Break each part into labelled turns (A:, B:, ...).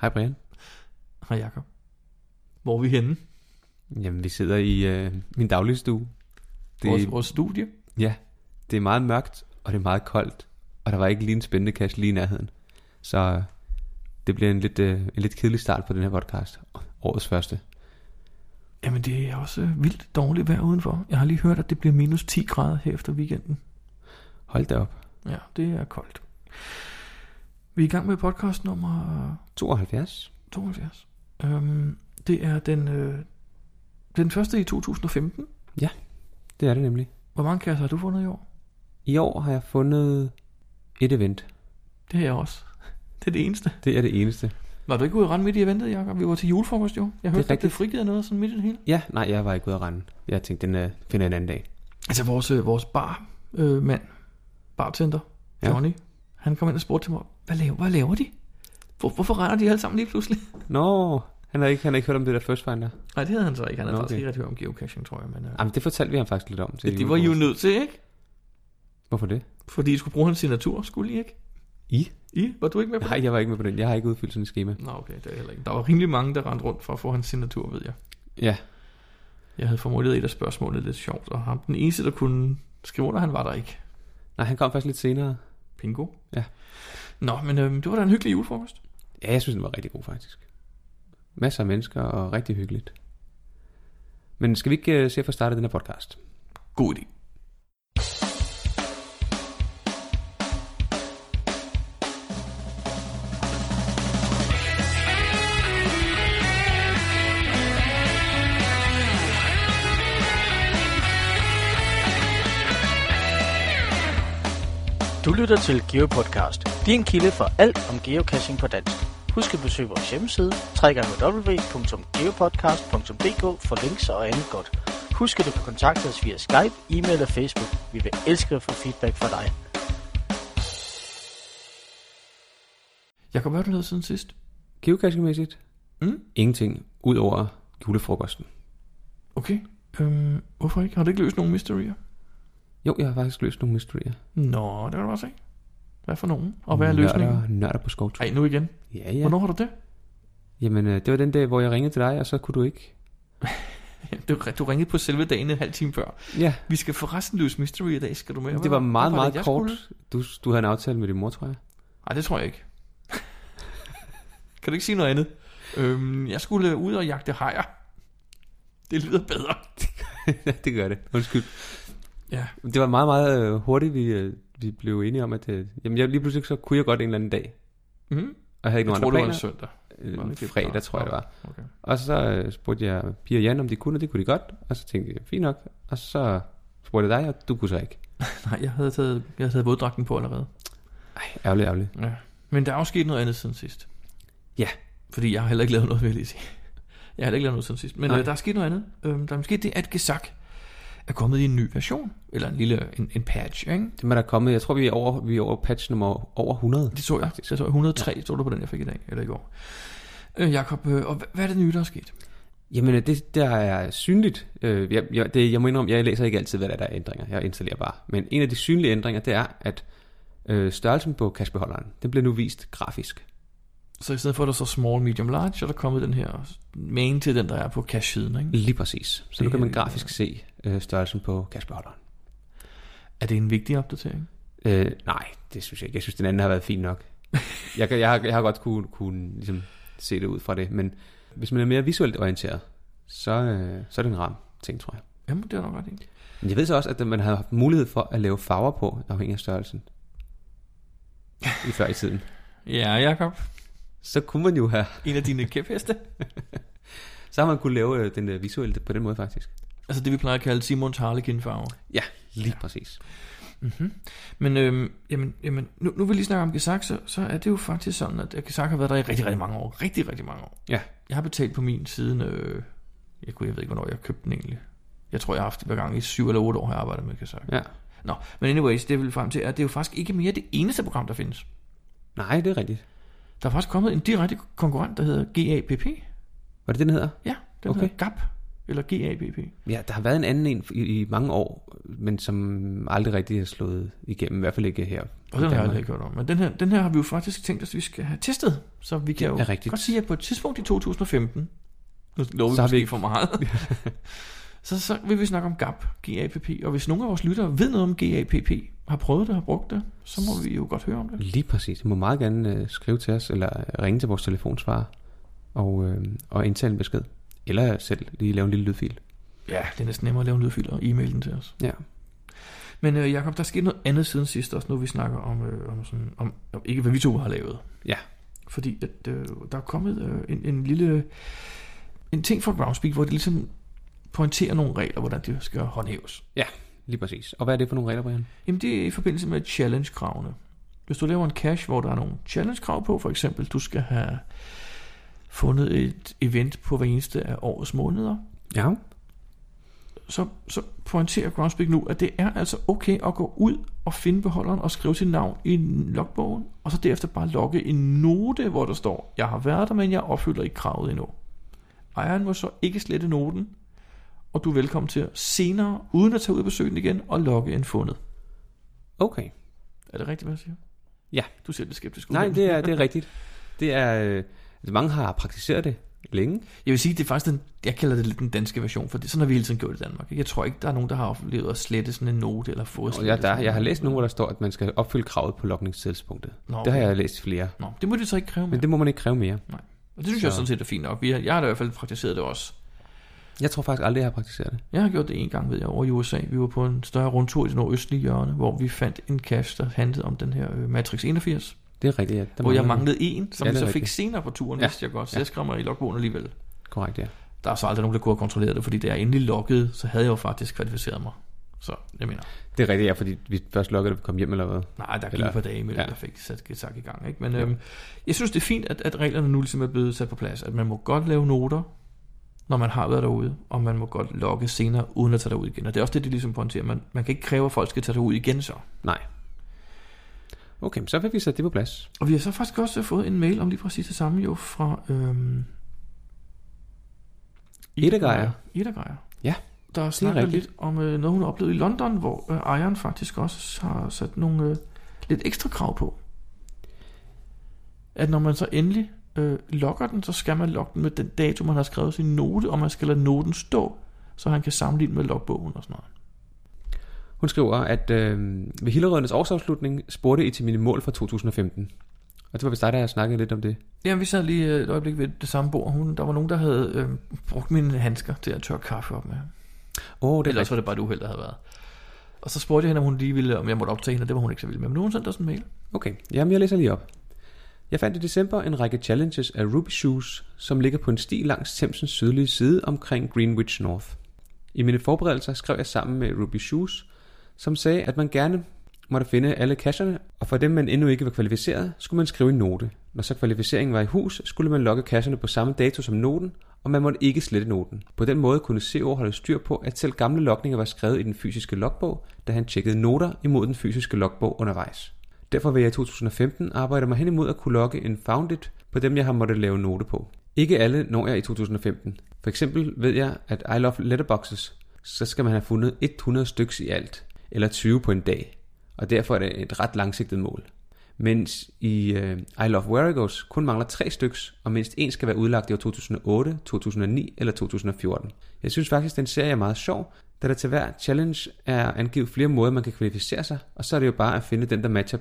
A: Hej Brian.
B: Hej Jacob. Hvor er vi henne?
A: Jamen, vi sidder i øh, min dagligstue.
B: Det... Vores, vores studie?
A: Ja, det er meget mørkt, og det er meget koldt, og der var ikke lige en spændende cash lige i nærheden. Så øh, det bliver en lidt, øh, en lidt kedelig start på den her podcast. Årets første.
B: Jamen det er også øh, vildt dårligt vejr udenfor. Jeg har lige hørt, at det bliver minus 10 grader her efter weekenden.
A: Hold da op.
B: Ja, det er koldt. Vi er i gang med podcast nummer
A: 72.
B: 72. Øhm, det er den, øh, den første i 2015.
A: Ja, det er det nemlig.
B: Hvor mange kasser har du fundet i år?
A: I år har jeg fundet et event.
B: Det har jeg også. Det er det eneste.
A: Det er det eneste.
B: Var du ikke ude at rende midt i eventet, Jacob? Vi var til julefrokost jo. Jeg hørte, det at det
A: rigtigt.
B: frigivet noget sådan midt i det hele.
A: Ja, nej, jeg var ikke ude at rende. Jeg tænkte, den øh, finder jeg en anden dag.
B: Altså vores, øh, vores bar, øh, mand, bartender,
A: Ja.
B: Johnny, han kom ind og spurgte til mig, hvad laver, hvad laver de? Hvor, hvorfor render de alle sammen lige pludselig?
A: Nå, han har ikke, han har ikke hørt om det der first finder.
B: Nej, det havde han så ikke. Han havde okay.
A: Nå,
B: faktisk
A: okay.
B: ikke rigtig hørt om geocaching, tror jeg. Men, øh,
A: Jamen, det fortalte vi ham faktisk lidt om. til
B: det, det var I jo
A: julefrokosten.
B: nødt til, ikke?
A: Hvorfor det?
B: Fordi I skulle bruge hans signatur, skulle I ikke?
A: I?
B: I? Var du ikke med på det?
A: Nej, jeg var ikke med på den. Jeg har ikke udfyldt sådan et schema.
B: Nå, okay, det er heller ikke. Der var rimelig mange, der rendte rundt for at få hans signatur, ved jeg.
A: Ja,
B: Jeg havde formuleret et af spørgsmålene lidt sjovt, og ham, den eneste, der kunne skrive under, han var der ikke.
A: nej, han kom faktisk lidt senere.
B: Pingo.
A: Ja.
B: Nå, men øhm, det var da en hyggelig julefrokost.
A: Ja, jeg synes, den var rigtig god faktisk. Masser af mennesker og rigtig hyggeligt. Men skal vi ikke øh, se at få startet den her podcast?
B: God idé.
C: Du lytter til GeoPodcast, din kilde for alt om geocaching på dansk. Husk at besøge vores hjemmeside, www.geopodcast.dk for links og andet godt. Husk at du kan kontakte os via Skype, e-mail og Facebook. Vi vil elske at få feedback fra dig.
B: Jeg kan høre, du lavede siden sidst.
A: Geocaching-mæssigt?
B: Mm.
A: Ingenting, ud over julefrokosten.
B: Okay. Øhm, hvorfor ikke? Har du ikke løst nogen mysterier?
A: Jo, jeg har faktisk løst nogle mysterier.
B: Nå, det kan du bare se. Hvad for nogen? Og hvad er løsningen?
A: Nørder, nørder på skovtur.
B: Ej, nu igen.
A: Ja, ja.
B: Hvornår har du det?
A: Jamen, øh, det var den dag, hvor jeg ringede til dig, og så kunne du ikke.
B: Du, du ringede på selve dagen en halv time før.
A: Ja,
B: Vi skal forresten løse mystery i dag, skal du med?
A: det var meget,
B: Hvad
A: meget
B: jeg
A: kort.
B: skulle?
A: Du, du havde en aftale med din mor, tror jeg.
B: Nej, det tror jeg ikke. kan du ikke sige noget andet? Øhm, jeg skulle ud og jagte hajer. Det lyder bedre.
A: Ja, det gør det. Undskyld.
B: Ja.
A: Det var meget, meget øh, hurtigt, vi, øh, vi blev enige om, at øh, jamen, jeg, lige pludselig så kunne jeg godt en eller anden dag.
B: Mm.
A: Og jeg havde ikke
B: Jeg tror,
A: nogen
B: det var en
A: andre
B: søndag.
A: planer.
B: var
A: Øh,
B: det det? Nå,
A: Fredag, tror jeg det var.
B: Okay.
A: Og så øh, spurgte jeg Pia og Jan, om de kunne, og det kunne de godt. Og så tænkte jeg, fint nok. Og så spurgte jeg dig, og du kunne så ikke.
B: Nej, jeg havde taget, jeg havde taget våddragten på allerede.
A: Ej, ærgerligt, ærgerligt.
B: Ja. Men der er jo sket noget andet siden sidst.
A: Ja.
B: Fordi jeg har heller ikke lavet noget, vil jeg lige sige. Jeg har heller ikke lavet noget siden sidst. Men
A: Nej.
B: øh, der er sket noget andet. Øhm, der er måske det, at Gesak er kommet i en ny version. Eller en lille en, en patch, ikke?
A: Det må der komme. Jeg tror, vi er over, vi er over patch nummer over 100.
B: Det så jeg. Det så jeg. 103 stod der på den, jeg fik i dag. Eller i går. Øh, Jakob, øh, og hvad, hvad er det nye, der er sket?
A: Jamen, øh, det der er synligt. Øh, jeg, jeg, det, jeg må indrømme, jeg læser ikke altid, hvad der er, der er ændringer. Jeg installerer bare. Men en af de synlige ændringer, det er, at øh, størrelsen på kassebeholderen, den bliver nu vist grafisk.
B: Så i stedet for, at der så small, medium, large, så er der kommet den her main til den, der er på cash-siden, ikke?
A: Lige præcis. Så nu
B: Det
A: kan man
B: er-
A: grafisk se øh, størrelsen på kassebeholderen.
B: Er det en vigtig opdatering?
A: Øh, nej, det synes jeg ikke. Jeg synes, den anden har været fin nok. Jeg, kan, jeg, har, jeg har godt kunne, kunne ligesom se det ud fra det, men hvis man er mere visuelt orienteret, så, øh, så er det en ram ting, tror jeg.
B: Jamen, det er nok ret i.
A: Men jeg ved så også, at man har haft mulighed for at lave farver på, afhængig af størrelsen. I før i tiden.
B: Ja, Jakob.
A: Så kunne man jo have,
B: En af dine kæpheste.
A: så har man kunne lave øh, den øh, visuelle på den måde faktisk.
B: Altså det, vi plejer at kalde Simons Harlequin-farver.
A: Ja, lige præcis.
B: Mm-hmm. Men øhm, jamen, jamen, nu, nu vil vi lige snakke om Gesak, så, så er det jo faktisk sådan, at Gesak har været der i rigtig, rigtig mange år. Rigtig, rigtig mange år.
A: Ja.
B: Jeg har betalt på min siden, øh, jeg, kunne, jeg ved ikke, hvornår jeg købte den egentlig. Jeg tror, jeg har haft det hver gang i syv eller otte år, har jeg arbejdet med Gesak.
A: Ja.
B: Nå, men anyways, det jeg vil frem til, er, at det er jo faktisk ikke mere det eneste program, der findes.
A: Nej, det er rigtigt.
B: Der er faktisk kommet en direkte konkurrent, der hedder GAPP.
A: Var det det, den hedder?
B: Ja, den
A: Okay.
B: okay. hedder GAP. Eller GABP.
A: Ja, der har været en anden en i, i mange år, men som aldrig rigtig har slået igennem, i hvert fald ikke her.
B: Og den har jeg aldrig ikke hørt om. Men den her, den her har vi jo faktisk tænkt os, at vi skal have testet. Så vi kan
A: Det
B: jo
A: er rigtigt.
B: godt sige, at på et tidspunkt i 2015, nu lover vi
A: Så har vi
B: måske
A: ikke-
B: for meget, så, så vil vi snakke om GAP, GAPP. Og hvis nogen af vores lyttere ved noget om GAPP, har prøvet det, har brugt det, så må vi jo godt høre om det.
A: Lige præcis. Du må meget gerne øh, skrive til os, eller ringe til vores telefonsvarer, og, øh, og indtale en besked. Eller selv lige lave en lille lydfil.
B: Ja, det er næsten nemmere at lave en lydfil og e-mail den til os.
A: Ja.
B: Men øh, Jacob, der er sket noget andet siden sidst også, nu vi snakker om, øh, om, sådan, om, om ikke hvad vi to har lavet.
A: Ja.
B: Fordi at, øh, der er kommet øh, en, en lille en ting fra Groundspeak, hvor det ligesom pointerer nogle regler, hvordan de skal håndhæves.
A: Ja, lige præcis. Og hvad er det for nogle regler, Brian?
B: Jamen det er i forbindelse med challenge-kravene. Hvis du laver en cache, hvor der er nogle challenge-krav på, for eksempel du skal have fundet et event på hver eneste af årets måneder,
A: Ja.
B: så, så pointerer Groundspeak nu, at det er altså okay at gå ud og finde beholderen og skrive sit navn i logbogen, og så derefter bare logge en note, hvor der står, jeg har været der, men jeg opfylder ikke kravet endnu. Ejeren må så ikke slette noten, og du er velkommen til at senere, uden at tage ud og besøge den igen, og logge en fundet.
A: Okay.
B: Er det rigtigt, hvad jeg siger?
A: Ja.
B: Du ser lidt skeptisk ud.
A: Nej, det er, det er rigtigt. Det er, øh, altså, mange har praktiseret det længe.
B: Jeg vil sige, det er faktisk den, jeg kalder det lidt den danske version, for det, sådan har vi hele tiden gjort i Danmark. ikke? Jeg tror ikke, der er nogen, der har oplevet at slette sådan en note, eller fået
A: Og
B: slettet
A: jeg, der,
B: sådan en
A: jeg har læst
B: note.
A: nogle, hvor der står, at man skal opfylde kravet på lokningstidspunktet.
B: Nå,
A: Det har
B: okay.
A: jeg læst flere.
B: Nå, det må de så ikke kræve mere.
A: Men det må man ikke kræve mere.
B: Og det synes
A: Så-
B: så. jeg sådan set er fint nok. Vi har, jeg har da i hvert fald praktiseret det også.
A: Jeg tror faktisk aldrig, jeg har praktiseret det.
B: Jeg har gjort det en gang, ved jeg, over i USA. Vi var på en større rundtur i det nordøstlige hjørne, hvor vi fandt en cache, der handlede om den her øh, Matrix 81,
A: Det er rigtigt, ja. Der
B: hvor jeg
A: mangler-
B: manglede en, som
A: Ja,
B: ja, vi
A: det er
B: så fik
A: rigtigt.
B: senere på turen,
A: Ja,
B: ja. vidste jeg godt, så
A: ja.
B: ja. jeg skrev mig i logbogen alligevel.
A: Korrekt, ja.
B: Der er så aldrig nogen, der kunne have kontrolleret det, fordi da jeg endelig loggede, så havde jeg jo faktisk kvalificeret mig. Så jeg mener,
A: Det er rigtigt, ja, fordi vi først lukkede, da vi kom hjem eller hvad.
B: nej, der gik
A: Eller-
B: et par dage imellem,
A: ja.
B: ja. der fik sat tak i gang. Ikke? Men
A: Ja.
B: øhm, jeg synes, det er fint, at, at reglerne nu ligesom er blevet sat på plads. At man må godt lave noter, når man har været derude, og man må godt logge senere, uden at tage derud igen. Og det er også det, de ligesom pointerer. Man, man kan ikke kræve, at folk skal tage derud igen så.
A: Nej. Okay, men så fik vi sat det på plads.
B: Og vi har så faktisk også fået en mail om lige præcis det samme jo fra... Øhm,
A: Etergeier.
B: Etergeier.
A: Ja,
B: Der snakker
A: rigtigt.
B: lidt om øh, noget, hun oplevede i London, hvor øh, ejeren faktisk også har sat nogle øh, lidt ekstra krav på. At når man så endelig øh, logger den, så skal man logge den med den dato, man har skrevet sin note, og man skal lade noten stå, så han kan sammenligne med logbogen og sådan noget.
A: Hun skriver, at øh, ved Hillerødens årsafslutning spurgte I til mine mål fra 2015. Og det var vist dig, der havde snakket lidt om det.
B: Jamen, vi sad lige øh, et øjeblik ved det samme bord. Hun, der var nogen, der havde øh, brugt mine handsker til at tørre kaffe op med.
A: Åh, oh, det er
B: Ellers
A: rigtigt.
B: var det bare et uheld, der havde været. Og så spurgte jeg hende, om hun lige ville, om jeg måtte optage hende, og det var hun ikke så vild med. Men nu har hun sendt os en mail.
A: Okay, jamen jeg læser lige op. Jeg fandt i december en række challenges af Ruby Shoes, som ligger på en sti langs Thamesens sydlige side omkring Greenwich North. I mine forberedelser skrev jeg sammen med Ruby Shoes, som sagde, at man gerne måtte finde alle cacherne, og for dem, man endnu ikke var kvalificeret, skulle man skrive en note. Når så kvalificeringen var i hus, skulle man logge cacherne på samme dato som noten, og man måtte ikke slette noten. På den måde kunne CO holde styr på, at selv gamle logninger var skrevet i den fysiske logbog, da han tjekkede noter imod den fysiske logbog undervejs. Derfor vil jeg i 2015 arbejde mig hen imod at kunne logge en founded på dem, jeg har måttet lave note på. Ikke alle når jeg i 2015. For eksempel ved jeg, at I Love Letterboxes, så skal man have fundet 100 styks i alt, eller 20 på en dag, og derfor er det et ret langsigtet mål. Mens i øh, I Love Warigos kun mangler 3 styks, og mindst en skal være udlagt i år 2008, 2009 eller 2014. Jeg synes faktisk, den serie er meget sjov, da der til hver challenge er angivet flere måder, man kan kvalificere sig, og så er det jo bare at finde den, der matcher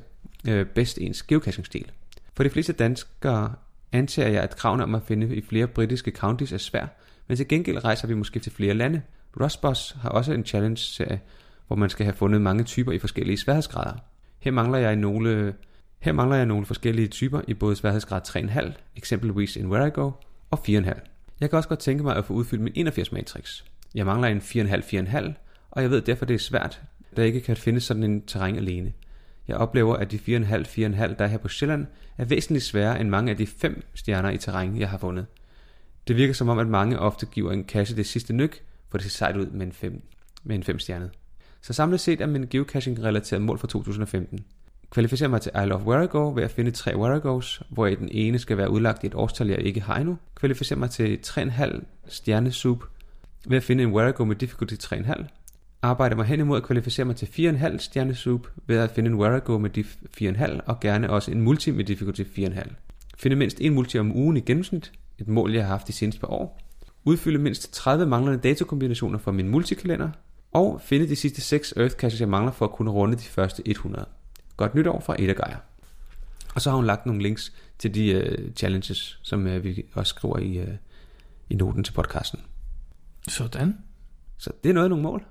A: øh, bedst ens geocaching-stil. For de fleste danskere antager jeg, at kravene om at finde i flere britiske counties er svær, men til gengæld rejser vi måske til flere lande. Rustbus har også en challenge-serie, hvor man skal have fundet mange typer i forskellige sværhedsgrader. Her mangler jeg nogle, her mangler jeg nogle forskellige typer i både sværhedsgrad 3,5, eksempelvis en Where I Go, og 4,5. Jeg kan også godt tænke mig at få udfyldt min 81 matrix. Jeg mangler en 4,5-4,5, og jeg ved derfor, det er svært, da jeg ikke kan finde sådan en terræn alene. Jeg oplever, at de 4,5-4,5, der er her på Sjælland, er væsentligt sværere end mange af de 5 stjerner i terræn, jeg har fundet. Det virker som om, at mange ofte giver en kasse det sidste nyk, for det ser sejt ud med en 5, med en 5 stjernet. Så samlet set er min geocaching-relateret mål for 2015. Kvalificerer mig til I Love Where I Go ved at finde tre Where I Goes, hvor den ene skal være udlagt i et årstal, jeg ikke har endnu. Kvalificerer mig til 3,5 stjerne soup, ved at finde en Warago med difficulty 3,5. Arbejder mig hen imod at kvalificere mig til 4,5 stjernesoup ved at finde en Warago med diff 4,5 og gerne også en multi med difficulty 4,5. Finde mindst en multi om ugen i gennemsnit, et mål jeg har haft de seneste par år. Udfylde mindst 30 manglende datakombinationer for min multikalender. Og finde de sidste 6 Earth caches, jeg mangler for at kunne runde de første 100. Godt nytår fra Eda Geier. Og så har hun lagt nogle links til de øh, challenges, som øh, vi også skriver i, øh, i noten til podcasten.
B: Sådan.
A: Så det er noget af nogle mål.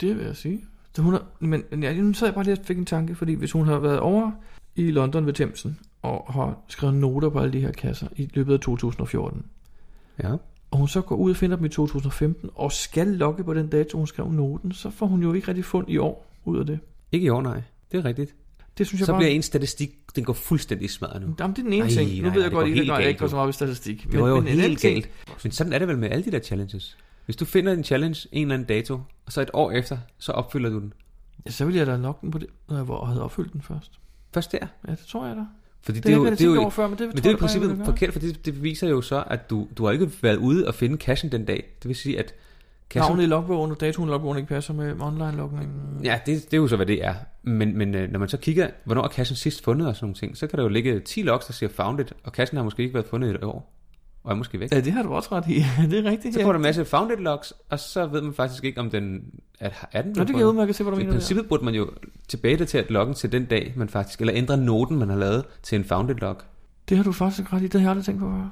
B: Det vil jeg sige. Så hun har, men men ja, nu sad jeg bare lige og fik en tanke, fordi hvis hun har været over i London ved Thamesen og har skrevet noter på alle de her kasser i løbet af 2014,
A: Ja.
B: og hun så går ud og finder dem i 2015 og skal logge på den dato, hun skrev noten, så får hun jo ikke rigtig fund i år ud af det.
A: Ikke i år, nej. Det er rigtigt.
B: Det synes jeg
A: Så
B: bare...
A: bliver en statistik, den går fuldstændig i smadret nu.
B: Jamen, det er den ene
A: Ej,
B: ting. Nu
A: nej,
B: ved jeg
A: nej,
B: godt,
A: det går
B: at Ida
A: helt
B: Geier
A: galt
B: ikke går
A: ud.
B: så meget ved statistik.
A: Det var jo
B: en anden
A: helt
B: ting-
A: galt. Men sådan er det vel med alle de der challenges. Hvis du finder en challenge, en eller anden dato, og så et år efter, så opfylder du den.
B: Ja, så ville jeg da logge den på det, når jeg var- havde opfyldt den først.
A: Først der.
B: Ja, det tror jeg da.
A: Fordi
B: Det, det er jo, jeg det er jo, over før, men det,
A: men det er jo i
B: tror jeg bare, jeg
A: princippet
B: ville gøre.
A: forkert, for det, det viser jo så, at du, du har ikke været ude og finde cashen den dag. Det vil sige, at cashen...
B: Navnet i logbogen og datoen i logbogen ikke passer med online-logningen.
A: Ja, det, det er jo så, hvad det er. Men, men øh, når man så kigger, hvornår er cashen sidst fundet og sådan nogle ting, så kan der jo ligge 10 logs, der siger found it, og cashen har måske ikke været fundet i et år. Og er måske væk.
B: Ja, det har du også ret i. det er rigtigt.
A: Så
B: ja.
A: kommer der en masse founded logs, og så ved man faktisk ikke, om den er, er den
B: Nå, det kan jeg udmærket se, hvad du
A: Så i
B: mener. der.
A: princippet burde man jo tilbagedatere loggen til den dag, man faktisk, eller ændre noten, man har lavet til en founded log.
B: Det har du faktisk ret i. Det har jeg aldrig tænkt på før.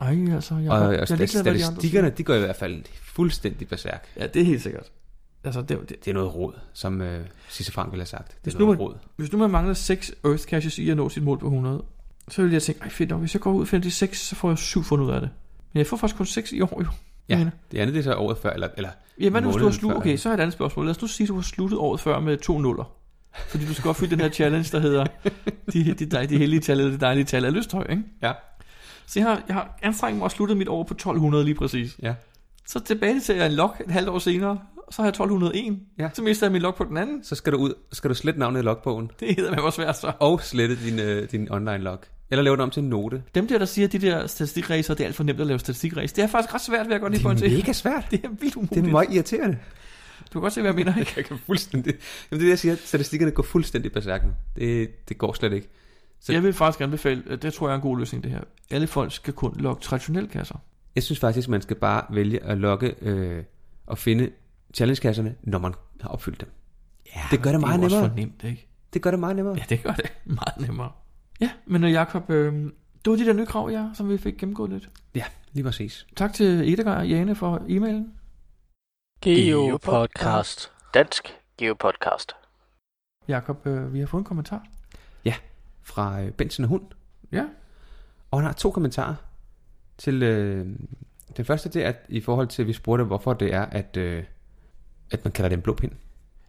B: Ej, altså. Jeg,
A: Og,
B: jeg,
A: og
B: jeg,
A: stat- statistikkerne, de går i hvert fald fuldstændig berserk.
B: Ja, det er helt sikkert. Altså, det, det,
A: Det er noget råd, som øh, Sisse Frank ville have sagt. Det
B: Hvis
A: er
B: nu
A: noget
B: man-
A: råd.
B: hvis nu man mangler 6 Earth Caches i at nå sit mål på 100, så ville jeg tænke, ej fedt nok, hvis jeg går ud og finder de 6, så får jeg 7 fundet ud af det. Men jeg får faktisk kun 6 i år jo.
A: Ja.
B: Men-
A: Det andet det er så året før, eller, eller
B: Ja, hvad nu, hvis du har
A: Måneden
B: slut...
A: før,
B: Okay,
A: ja.
B: så har jeg et andet spørgsmål. Lad os nu sige, at du har sluttet året før med to nuller. Fordi du skal opfylde den her challenge, der hedder de, de, de, de heldige tal eller det dejlige tal af lysthøj, ikke?
A: Ja.
B: Så jeg har, jeg har anstrengt mig og sluttet mit år på 1200 lige præcis.
A: Ja.
B: Så tilbage til jeg en log et halvt år senere, og så har jeg 1201.
A: Ja.
B: Så mister jeg min log på den anden.
A: så skal du ud, så skal du slette navnet i logbogen,
B: Det hedder man også svært så.
A: og slette din, øh, din online log. Eller lave den om til en note.
B: Dem der, der siger, at de der statistikræser, det er alt for nemt at lave statistikræs. Det er faktisk ret svært, vil jeg godt lige pointere.
A: mega svært.
B: Det er vildt umuligt.
A: Det er meget irriterende.
B: Du kan godt se, hvad jeg mener, ikke?
A: Jeg kan fuldstændig... Jamen det er det, jeg siger. Statistikkerne går fuldstændig berserk nu. Det, det går slet ikke.
B: Så jeg vil faktisk anbefale, at det tror jeg er en god løsning det her. Alle folk skal kun logge traditionelle kasser.
A: Jeg synes faktisk, man skal bare vælge at logge øh, og finde challengekasserne, når man har opfyldt dem.
B: Ja,
A: Det gør det meget
B: det er jo også
A: nemmere.
B: for nemt, ikke?
A: Det gør det meget nemmere.
B: Ja, det gør det meget nemmere. Ja, men øh, Jacob, øh, det var de der nye krav, ja, som vi fik gennemgået lidt.
A: Ja, lige præcis.
B: Tak til Edgar og Jane for e-mailen.
C: Geopodcast. Dansk Geopodcast.
B: Jakob, øh, vi har fået en kommentar.
A: Fra øh, Benson og Hund.
B: Ja.
A: Og han har to kommentarer til... Øh, den første, det er i forhold til, at vi spurgte, hvorfor det er, at, øh, at man kalder det en blå pind.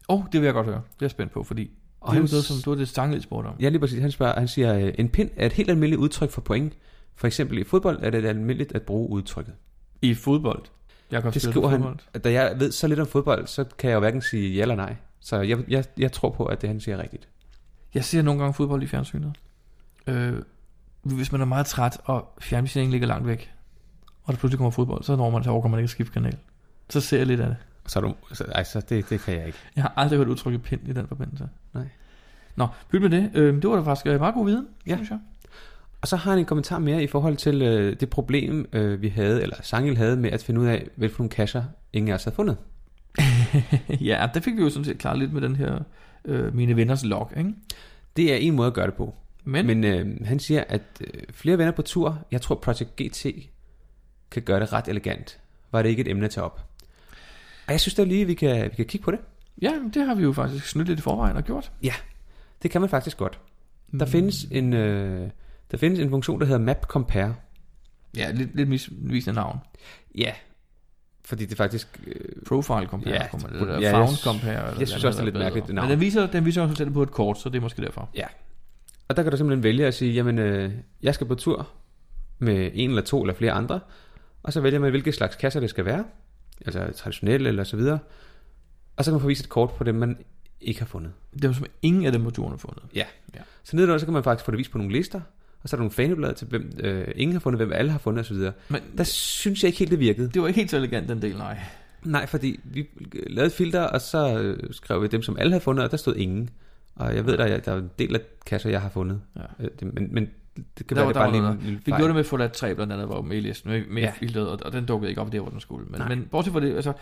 B: Åh, oh, det vil jeg godt høre. Det er jeg spændt på, fordi og det er jo
A: hans-
B: noget, som du har det stangeligt spurgt om.
A: Ja, lige præcis. Han, spørger, han siger, øh, en pind er et helt almindeligt udtryk for point. For eksempel i fodbold er det almindeligt at bruge udtrykket.
B: I fodbold. Jakob
A: Det
B: spiller
A: skriver
B: du
A: han.
B: fodbold?
A: At Da jeg ved så lidt om fodbold, så kan jeg jo hverken sige ja eller nej. Så jeg, jeg, jeg tror på, at det han siger er rigtigt.
B: Jeg ser nogle gange fodbold i fjernsynet. Øh, hvis man er meget træt, og fjernsynet ligger langt væk, og der pludselig kommer fodbold, så når man, så overgår man ikke at skifte kanal. Så ser jeg lidt af det.
A: Så, er du, så, ej, så det, det kan jeg ikke.
B: Jeg har aldrig hørt udtrykket pind i den forbindelse.
A: Nej.
B: Nå, pyt med det. Øh, det var da faktisk øh, meget god viden, ja.
A: Ja.
B: synes jeg.
A: Og så har han en kommentar mere i forhold til øh, det problem, øh, vi havde, eller Sangel havde med at finde ud af, hvilke nogle kasser ingen af os havde fundet.
B: ja, det fik vi jo sådan set klaret lidt med den her øh, mine venners log, ikke?
A: Det er en måde at gøre det på.
B: Men, Men
A: Men øh, han siger, at øh, flere venner på tur, jeg tror Project GT kan gøre det ret elegant. Var det ikke et emne at tage op? Og jeg synes da lige, vi kan, vi kan kigge på det.
B: ja, men det har vi jo faktisk snydt lidt i forvejen og gjort.
A: Det kan man faktisk godt. Der
B: Mm.
A: findes en, øh, der findes en funktion, der hedder Map Compare.
B: Ja, lidt, lidt misvisende navn.
A: Ja, fordi det faktisk... Øh,
B: Profile compare,
A: Ja,
B: kommer,
A: det-
B: eller
A: ja, jeg
B: found
A: sy-
B: compare. Eller
A: jeg synes
B: hvad
A: også, det er lidt
B: hedder
A: mærkeligt,
B: bedre.
A: det navn.
B: Men den viser, den viser også resultatet på et kort, så det er måske derfor.
A: og der kan du simpelthen vælge at sige, jamen, øh, jeg skal på tur med en eller to eller flere andre, og så vælger man, hvilke slags kasser det skal være, altså traditionelle eller så videre, og så kan man få vist et kort på dem, man ikke har fundet.
B: Dem, som ingen af dem på turen har fundet.
A: Så nedenunder, så kan man faktisk få det vist på nogle lister, og så er der nogle faneblade til, hvem øh, ingen har fundet, hvem alle har fundet osv.
B: Men
A: Der synes jeg ikke helt, det virkede.
B: det var ikke helt så elegant, den del, nej.
A: Nej, fordi vi lavede et filter, og så øh, skrev vi dem, som alle havde fundet, og der stod ingen. Og jeg ved, der, der er en del af kasser, jeg har fundet.
B: Ja.
A: Øh, det, men, men det kan
B: Der
A: være,
B: var-
A: det
B: der
A: bare
B: var
A: lige en
B: noget.
A: lille
B: Vi
A: fejl.
B: gjorde det med Fallout 3 blandt andet, var med i listen, med, med
A: Ja.
B: ja. i og, og den dukkede ikke op der, hvor den skulle. Men,
A: Nej.
B: men bortset fra det, altså,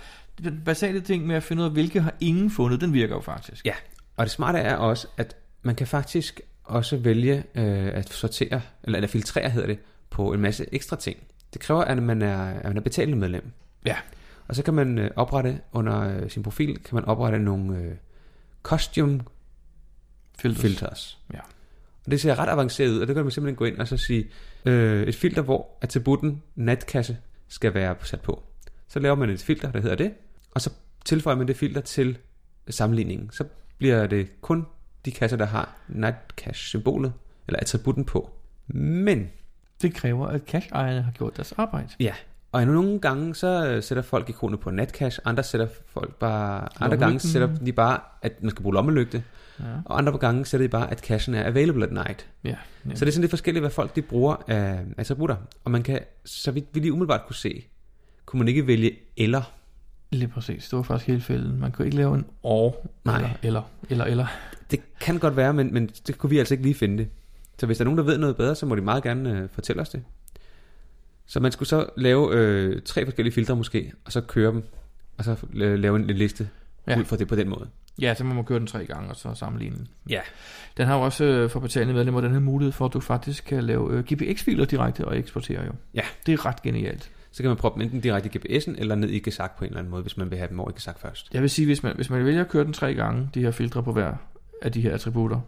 B: den basale ting med at finde ud af, hvilke har ingen fundet, den virker jo faktisk.
A: Ja, og det smarte er også, at man kan faktisk også vælge øh, at sortere, eller, eller filtrere hedder det, på en masse ekstra ting. Det kræver, at man er, at man er betalende medlem.
B: Ja.
A: Og så kan man øh, oprette, under øh, sin profil, kan man oprette nogle øh, costume
B: Filters.
A: filters.
B: Ja.
A: Og det ser ret avanceret ud, og det kan man simpelthen gå ind og så sige, øh, et filter, hvor attributen natkasse skal være sat på. Så laver man et filter, der hedder det, og så tilføjer man det filter til sammenligningen. Så bliver det kun de kasser, der har natcash-symbolet, eller attributen på. Men,
B: Det kræver, at cash-ejerne har gjort deres arbejde.
A: ja, og nogle gange så øh, sætter folk ikonet på natcash, andre sætter folk bare, andre gange
B: Lommelygten.
A: sætter de bare, at man skal bruge lommelygte,
B: Ja.
A: og andre gange sætter de bare, at cashen er available at night.
B: ja, ja.
A: Så det er sådan lidt forskelligt, hvad folk de bruger af attributter. Og man kan, så vidt vi lige umiddelbart kunne se, kunne man ikke vælge eller.
B: Lige præcis, det var faktisk hele fælden. Man kunne ikke lave en or,
A: Nej.
B: eller, eller, eller, eller.
A: Det kan godt være, men, men det kunne vi altså ikke lige finde det. Så hvis der er nogen, der ved noget bedre, så må de meget gerne øh, fortælle os det. Så man skulle så lave øh, tre forskellige filtre måske, og så køre dem, og så øh, lave en, en liste ja.
B: Ja.
A: ud fra det på den måde.
B: Ja, så må man køre den tre gange, og så sammenligne den.
A: Ja.
B: Den har jo også øh, for betalende medlemmer den her mulighed for, at du faktisk kan lave øh, GPX-filer direkte og eksportere jo.
A: Ja.
B: Det er ret genialt.
A: Så kan man proppe dem enten direkte i GPS'en, eller ned i Gesak på en eller anden måde, hvis man vil have dem over i Gesak først.
B: Jeg vil sige, hvis man, hvis man vælger at køre den tre gange, de her filtre på hver af de her attributter,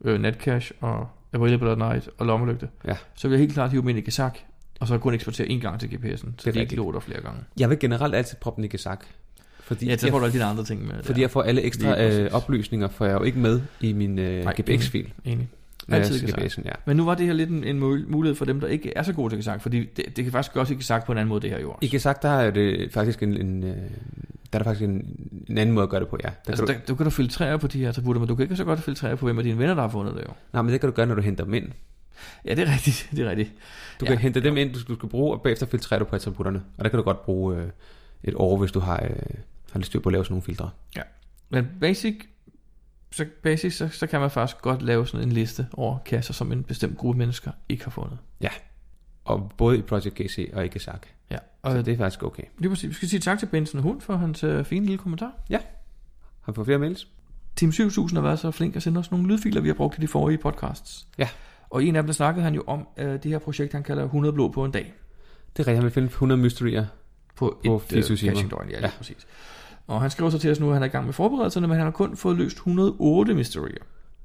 B: øh, netcash og available at night og lommelygte,
A: Ja.
B: så vil jeg helt klart hive dem ind i GESAC, og så kun eksportere en gang til GPS'en, så det de ikke
A: rigtigt.
B: låter flere gange.
A: Jeg vil generelt altid proppe den i Gesak. Fordi
B: Ja, så
A: jeg
B: får du alle dine andre ting med.
A: Fordi jeg får alle
B: Lige
A: ekstra
B: præcis.
A: øh, oplysninger, får jeg jo ikke med i min øh,
B: Nej,
A: GPX-fil.
B: Enig.
A: når jeg
B: Altid
A: skal
B: GPS'en.
A: læse den, ja.
B: Men nu var det her lidt en, en mul- mulighed for dem, der ikke er så gode til GESAC, fordi det, det kan faktisk også ikke sagt på en anden måde, det her jord.
A: I kan sagt, der er det faktisk en, en øh, der er der faktisk en, en anden måde at gøre det på, ja. Der
B: Altså,
A: kan du,
B: der, du kan du filtrere på de her attributter, men du kan ikke så godt filtrere på, hvem af dine venner, der har fundet det jo.
A: nej, men det kan du gøre, når du henter dem ind.
B: Ja, det er rigtigt, det er rigtigt.
A: Du
B: Ja,
A: kan hente dem ind, du, du skal bruge, og bagefter filtrere du på attributterne. Og der kan du godt bruge øh, et år, hvis du har, øh, har lidt styr på at lave sådan nogle filtre.
B: Men basic, så, basic så, så kan man faktisk godt lave sådan en liste over kasser, som en bestemt gruppe mennesker ikke har fundet.
A: Og både i Project GC og i Gesak.
B: Ja, og
A: Så
B: det,
A: det er faktisk okay.
B: lige præcis. Vi skal sige tak til Benson Hund for hans øh, fine lille kommentar.
A: Har du fået flere mails?
B: Team 7000 har været så flink at sende os nogle lydfiler, vi har brugt i de forrige podcasts.
A: Ja.
B: Og i en af dem, der snakkede han jo om øh, det her projekt, han kalder 100 blå på en dag.
A: Det er rigtigt, han vil finde 100 mysterier.
B: på
A: På
B: et
A: 24 timer.
B: catching-døgn. Ja, ja.
A: Ja.
B: præcis. Og han skriver så til os nu, at han er i gang med forberedelserne, men han har kun fået løst 108 mysterier.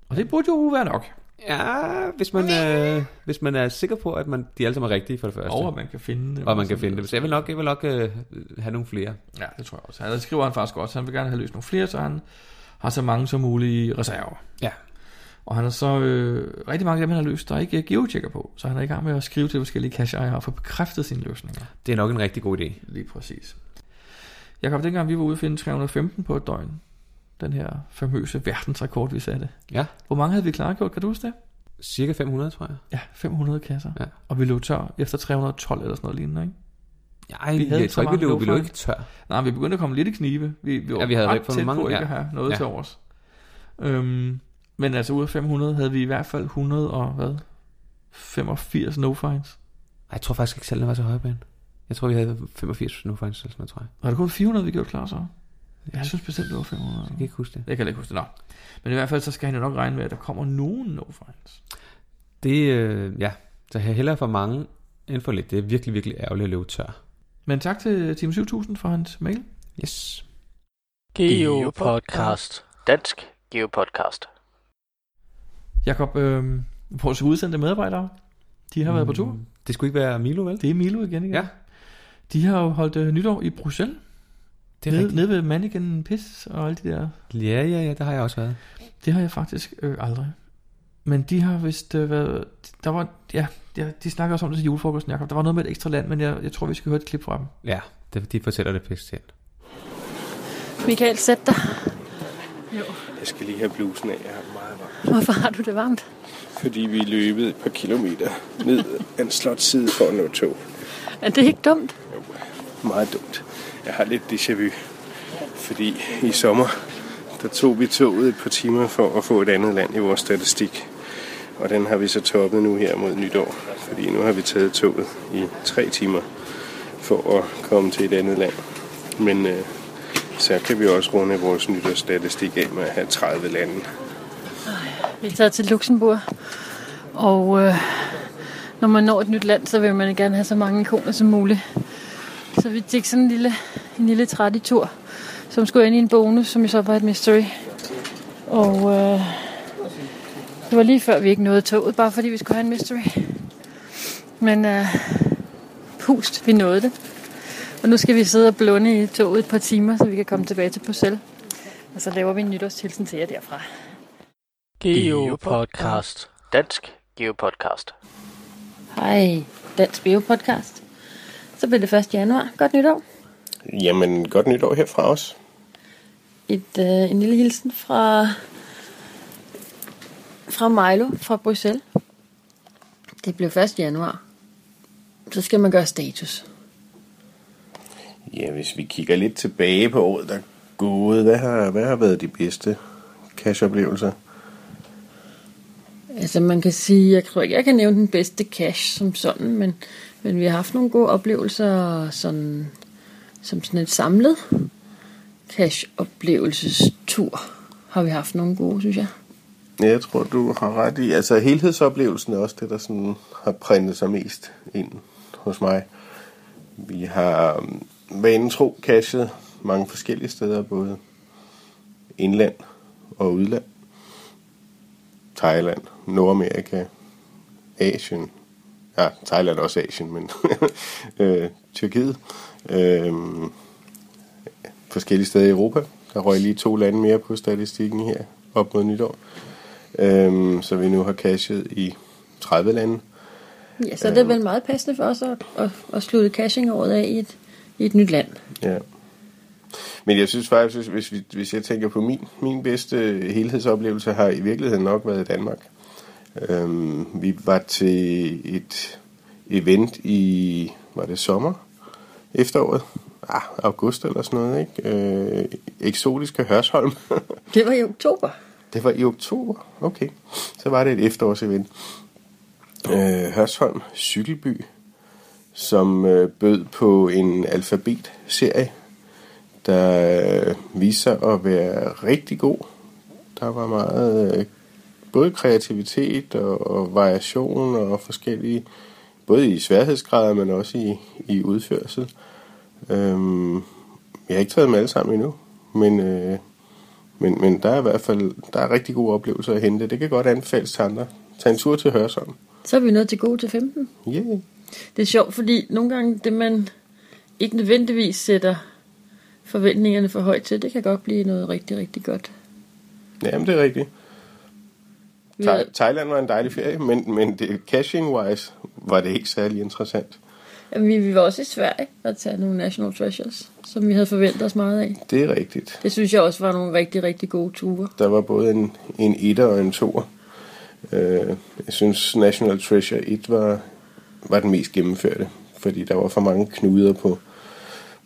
B: Og det burde jo være nok,
A: Ja, hvis man, øh, hvis man er sikker på, at man, de alle sammen er rigtige for det første.
B: over at man kan finde dem.
A: Og man kan
B: sådan
A: finde
B: noget.
A: det. Så jeg vil nok, jeg vil nok øh, have nogle flere.
B: Ja, det tror jeg også. Han, der skriver han faktisk også, han vil gerne have løst nogle flere, så han har så mange som muligt i reserve.
A: Ja.
B: Og han har så øh, rigtig mange af dem, han har løst, der er ikke øh, geotjekker på. Så han er i gang med at skrive til forskellige cache-ejere og få bekræftet sine løsninger.
A: Det er nok en rigtig god idé.
B: Lige præcis. Jakob, dengang vi var ude at finde 315 på et døgn, den her famøse verdensrekord, vi satte.
A: Ja.
B: Hvor mange havde vi klargjort, kan du huske det?
A: Cirka 500, tror jeg.
B: Ja, 500 kasser.
A: Ja.
B: Og vi løb tør efter 312 eller sådan noget lignende, ikke?
A: Ej,
B: Vi
A: vi
B: havde
A: jeg tror
B: så
A: ikke, vi
B: mange
A: løb, vi løb
B: lovfang.
A: ikke tør.
B: Nej, vi begyndte at komme lidt i knibe. Vi, vi var
A: Ja, vi havde
B: ret
A: rigtig
B: tæt
A: mange,
B: på ikke
A: ja.
B: at have noget
A: Ja.
B: til overs. Øhm, men altså ud af 500 havde vi i hvert fald 100 og hvad? 85 no finds.
A: Ej, jeg tror faktisk ikke selv, den var så høj bane. Jeg tror, vi havde 85 nu faktisk, eller sådan noget, tror jeg.
B: Var det kun 400, vi gjorde klar så? Jeg synes bestemt, det var 500.
A: Jeg kan ikke huske det.
B: Jeg kan heller ikke huske det, nå. Men i hvert fald, så skal han jo nok regne med, at der kommer nogen no finds.
A: Det, øh, ja. Så her hellere for mange end for lidt. Det er virkelig, virkelig ærgerligt at løbe tør.
B: Men tak til Team 7000 for hans mail.
A: Yes.
C: Geopodcast. Dansk Geopodcast.
B: Jakob, øh, vores udsendte medarbejdere, de har været på tur.
A: Mm, Det skulle ikke være Milo, vel?
B: Det er Milo igen, ikke?
A: Ja.
B: De har jo holdt øh, nytår i Bruxelles.
A: Det
B: nede, nede ved Mannequin Piss og alle de der.
A: Ja, ja, ja, der har jeg også været.
B: Det har jeg faktisk øh, aldrig. Men de har vist øh, været... Der var, ja, ja, de snakker også om det til julefrokosten, Jacob. Der var noget med et ekstra land, men jeg, jeg tror, vi skal høre et klip fra dem.
A: Ja, det- de fortæller det pisse til.
D: Michael, sæt dig. Jo.
E: Jeg skal lige have blusen af, jeg har det meget varmt.
D: Hvorfor har du det varmt?
E: Fordi vi løbede et par kilometer ned ad en slotside for at nå tog.
D: Er det ikke dumt?
E: Jo, meget dumt. Jeg har lidt déjà vu. Fordi i sommer, der tog vi toget et par timer for at få et andet land i vores statistik. Og den har vi så toppet nu her mod nytår. Fordi nu har vi taget toget i tre timer for at komme til et andet land. Men øh, så kan vi også runde vores nytårsstatistik af med at have 30 lande.
D: Vi er taget til Luxembourg, og øh, når man når et nyt land, så vil man gerne have så mange ikoner som muligt. Så vi fik sådan en lille, en lille træt tur, som skulle ind i en bonus, som jo så var et mystery. Og øh, det var lige før, vi ikke nåede toget, bare fordi vi skulle have en mystery. Men øh, pust, vi nåede det. Og nu skal vi sidde og blunde i toget et par timer, så vi kan komme tilbage til Bruxelles. Og så laver vi en nytårstilsen til jer derfra.
C: Geopodcast. Dansk Geopodcast.
D: Hej, Dansk Biopodcast. Så bliver det 1. januar. Godt nytår.
E: Jamen, godt nytår herfra også.
D: Et, øh, en lille hilsen fra, fra Milo fra Bruxelles. Det blev 1. januar. Så skal man gøre status.
E: Ja, hvis vi kigger lidt tilbage på året, der er gået, hvad har, hvad har været de bedste cash-oplevelser?
D: Altså man kan sige, jeg tror ikke, jeg kan nævne den bedste cash som sådan, men, men vi har haft nogle gode oplevelser sådan, som sådan et samlet cash-oplevelsestur har vi haft nogle gode, synes jeg.
E: Ja, jeg tror, du har ret i. Altså, helhedsoplevelsen er også det, der sådan har printet sig mest ind hos mig. Vi har øhm, vanen tro cashet mange forskellige steder, både indland og udland. Thailand, Nordamerika, Asien. Ja, Thailand er også Asien, men øh, Tyrkiet. Øh, forskellige steder i Europa. Der røg lige to lande mere på statistikken her op mod nytår. Øhm, så vi nu har cashet i 30 lande.
D: Ja, så er det vel meget passende for os at, at, at slutte caching-året af i et, i et nyt land.
E: Ja. Men jeg synes faktisk, hvis- hvis, vi, hvis jeg tænker på min, min bedste helhedsoplevelse, har i virkeligheden nok været i Danmark. Øhm, vi var til et event i, var det sommer? Efteråret? Ah, august eller sådan noget, ikke? Øh, eksotiske Hørsholm.
D: Det var i oktober.
E: Det var i oktober. Okay. Så var det et efterårsevent. Øh, Hørsholm Cykelby, som øh, bød på en alfabetserie, der øh, viste sig at være rigtig god. Der var meget øh, både kreativitet og, og variation og forskellige, både i sværhedsgrader, men også i, i udførsel. Øhm, jeg har ikke taget dem alle sammen endnu, men øh, men, men der er i hvert fald der er rigtig gode oplevelser at hente. Det kan godt anbefales til andre. Tag en tur til Hørsholm.
D: Så er vi nået til gode til 15.
E: Yeah.
D: Det er sjovt, fordi nogle gange det, man ikke nødvendigvis sætter forventningerne for højt til, det kan godt blive noget rigtig, rigtig godt.
E: Jamen, det er rigtigt.
D: Vi havde,
E: Tha- Thailand var en dejlig ferie, men, men det, caching-wise var det ikke særlig interessant.
D: jamen, vi, vi var også i Sverige og tage nogle National Treasures, som vi havde forventet os meget af.
E: Det er rigtigt.
D: Det synes jeg også var nogle rigtig, rigtig gode ture.
E: Der var både en, en etter og en toer. Øh, jeg synes, National Treasure 1 var, var den mest gennemførte, fordi der var for mange knuder på,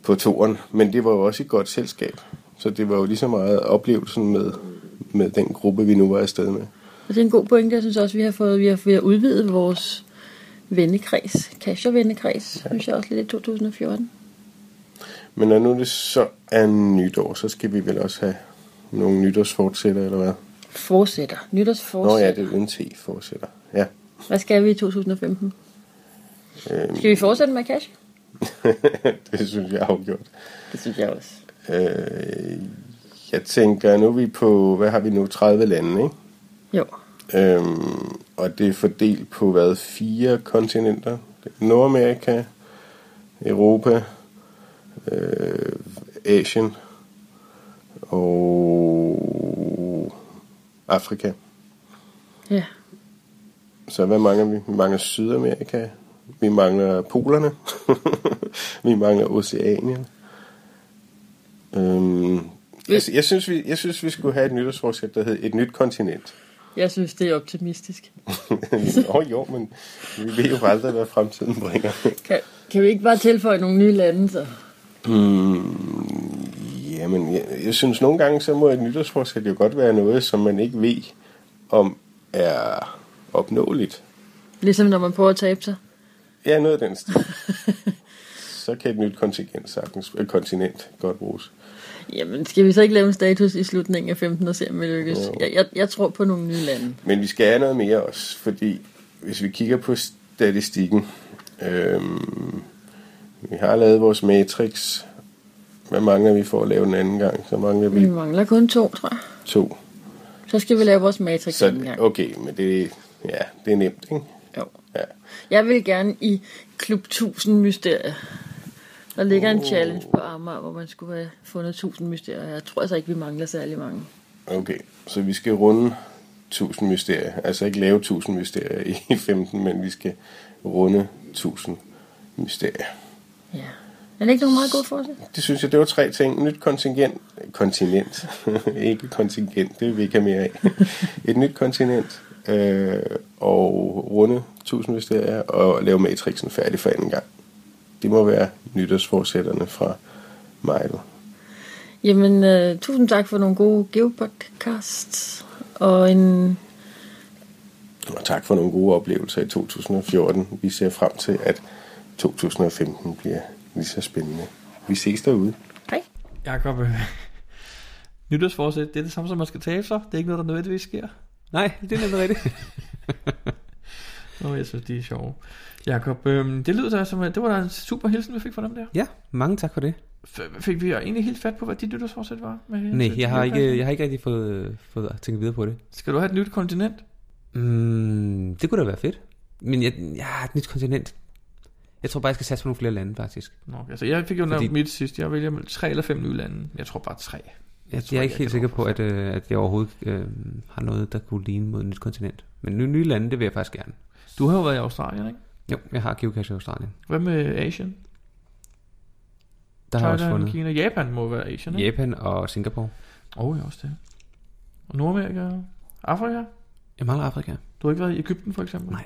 E: på toren. Men det var jo også et godt selskab, så det var jo lige så meget oplevelsen med, med den gruppe, vi nu var afsted med.
D: Og det er en god pointe. Jeg synes også, vi har fået, vi har, vi har udvidet vores vennekreds, casher-vennekreds, ja. synes jeg også lidt i 2014.
E: Men når nu det så er nytår, så skal vi vel også have nogle nytårsfortsætter, eller hvad?
D: Fortsætter.
E: Nå ja,
D: Nytårsfortsætter.
E: det er uden T fortsætter. Ja.
D: Hvad skal vi i 2015?
E: Øhm,
D: Skal vi fortsætte med cash?
E: det synes jeg er afgjort.
D: Det synes jeg også.
E: Øh, jeg tænker, nu er vi på, hvad har vi nu, 30 lande, ikke?
D: Jo.
E: Øhm, og det er fordelt på, hvad, fire kontinenter? Nordamerika, Europa, øh, Asien og Afrika.
D: Ja.
E: Så hvad mangler vi? Vi mangler Sydamerika. Vi mangler polerne. vi mangler Oceanien. Øhm, Altså, jeg, synes, vi, jeg synes, vi skulle have et nytårsforsæt, der hed Et nyt kontinent.
D: Jeg synes, det er optimistisk.
E: Nå jo, men vi ved jo aldrig, hvad fremtiden bringer.
D: Kan, kan vi ikke bare tilføje nogle nye lande, så?
E: Hmm, Jamen, jeg, jeg synes nogle gange, så må et nytårsforsæt jo godt være noget, som man ikke ved, om er opnåeligt.
D: Ligesom når man prøver at tabe sig.
E: Ja, noget af den stil. så kan et nyt kontinent sagtens, øh, kontinent godt bruges.
D: Jamen, skal vi så ikke lave en status i slutningen af 15 og se, om vi lykkes?
E: Jo.
D: Jeg, jeg, jeg tror på nogle nye lande.
E: Men vi skal have noget mere også, fordi hvis vi kigger på statistikken, øhm, vi har lavet vores matrix. Hvad mangler vi for at lave den anden gang? Så mangler vi
D: Vi mangler kun to, tror jeg.
E: to.
D: Så skal vi lave vores matrix så, en
E: Så
D: gang.
E: okay, men det, ja, det er nemt, ikke?
D: Jo.
E: Ja.
D: Jeg vil gerne i Klub 1000 Mysterier. Der ligger en challenge på Amager, hvor man skulle have fundet 1000 mysterier. Jeg tror altså ikke, vi mangler særlig mange.
E: Okay, så vi skal runde 1000 mysterier. Altså ikke lave 1000 mysterier i 15, men vi skal runde 1000 mysterier.
D: Ja. Er det ikke nogen meget god forskel?
E: Det synes jeg, det var tre ting. Nyt kontingent. Kontinent. ikke kontingent, det vil vi ikke have mere af. Et nyt kontinent. Øh, og runde 1000 mysterier og lave Matrixen færdig for anden gang. Det må være nytårsforsætterne fra Michael.
D: Jamen, øh, tusind tak for nogle gode geopodcasts. Og en...
E: Og tak for nogle gode oplevelser i 2014. Vi ser frem til, at 2015 bliver lige så spændende. Vi ses derude.
D: Hej.
B: Jakob, øh, nytårsforsæt, det er det samme som man skal tabe sig. Det er ikke noget, der nødvendigvis sker.
A: Nej, det er nemlig rigtigt.
B: Nå, jeg synes, de er sjove. Jakob, øh, det lyder da som, at det var da en super hilsen, vi fik fra dem der.
A: ja, mange tak for det.
B: F- Fik vi egentlig helt fat på, hvad dit nytårsforsæt var? Med øh, hensyn
A: Nej,
B: til
A: jeg har ikke,
B: nytårsforsæt?
A: jeg har ikke rigtig fået, fået tænkt videre på det.
B: Skal du have et nyt kontinent?
A: Mm, det kunne da være fedt. Men jeg, jeg har et nyt kontinent. Jeg tror bare, jeg skal satse på nogle flere lande, faktisk.
B: Nå, okay. altså jeg fik jo nævnt
A: Fordi-
B: mit sidst. Jeg vælger mellem tre eller fem nye lande. Jeg tror bare tre.
A: Jeg, jeg,
B: tror
A: jeg er
B: ikke,
A: ikke
B: jeg kan
A: helt sikker på, at, øh, at jeg overhovedet øh, har noget, der kunne ligne mod et nyt kontinent. Men nye, nye lande, det vil jeg faktisk gerne.
B: Du har jo været i Australien, ikke?
A: Jo, jeg har geocache i Australien.
B: Hvad med Asien?
A: Der har jeg også
B: Thailand,
A: fundet
B: Kina, Japan må være Asien, ikke?
A: Japan og Singapore.
B: Åh, oh, ja, også det. Og Nordamerika, Afrika.
A: Jeg mangler Afrika.
B: Du har ikke været i Ægypten, for eksempel?
A: Nej.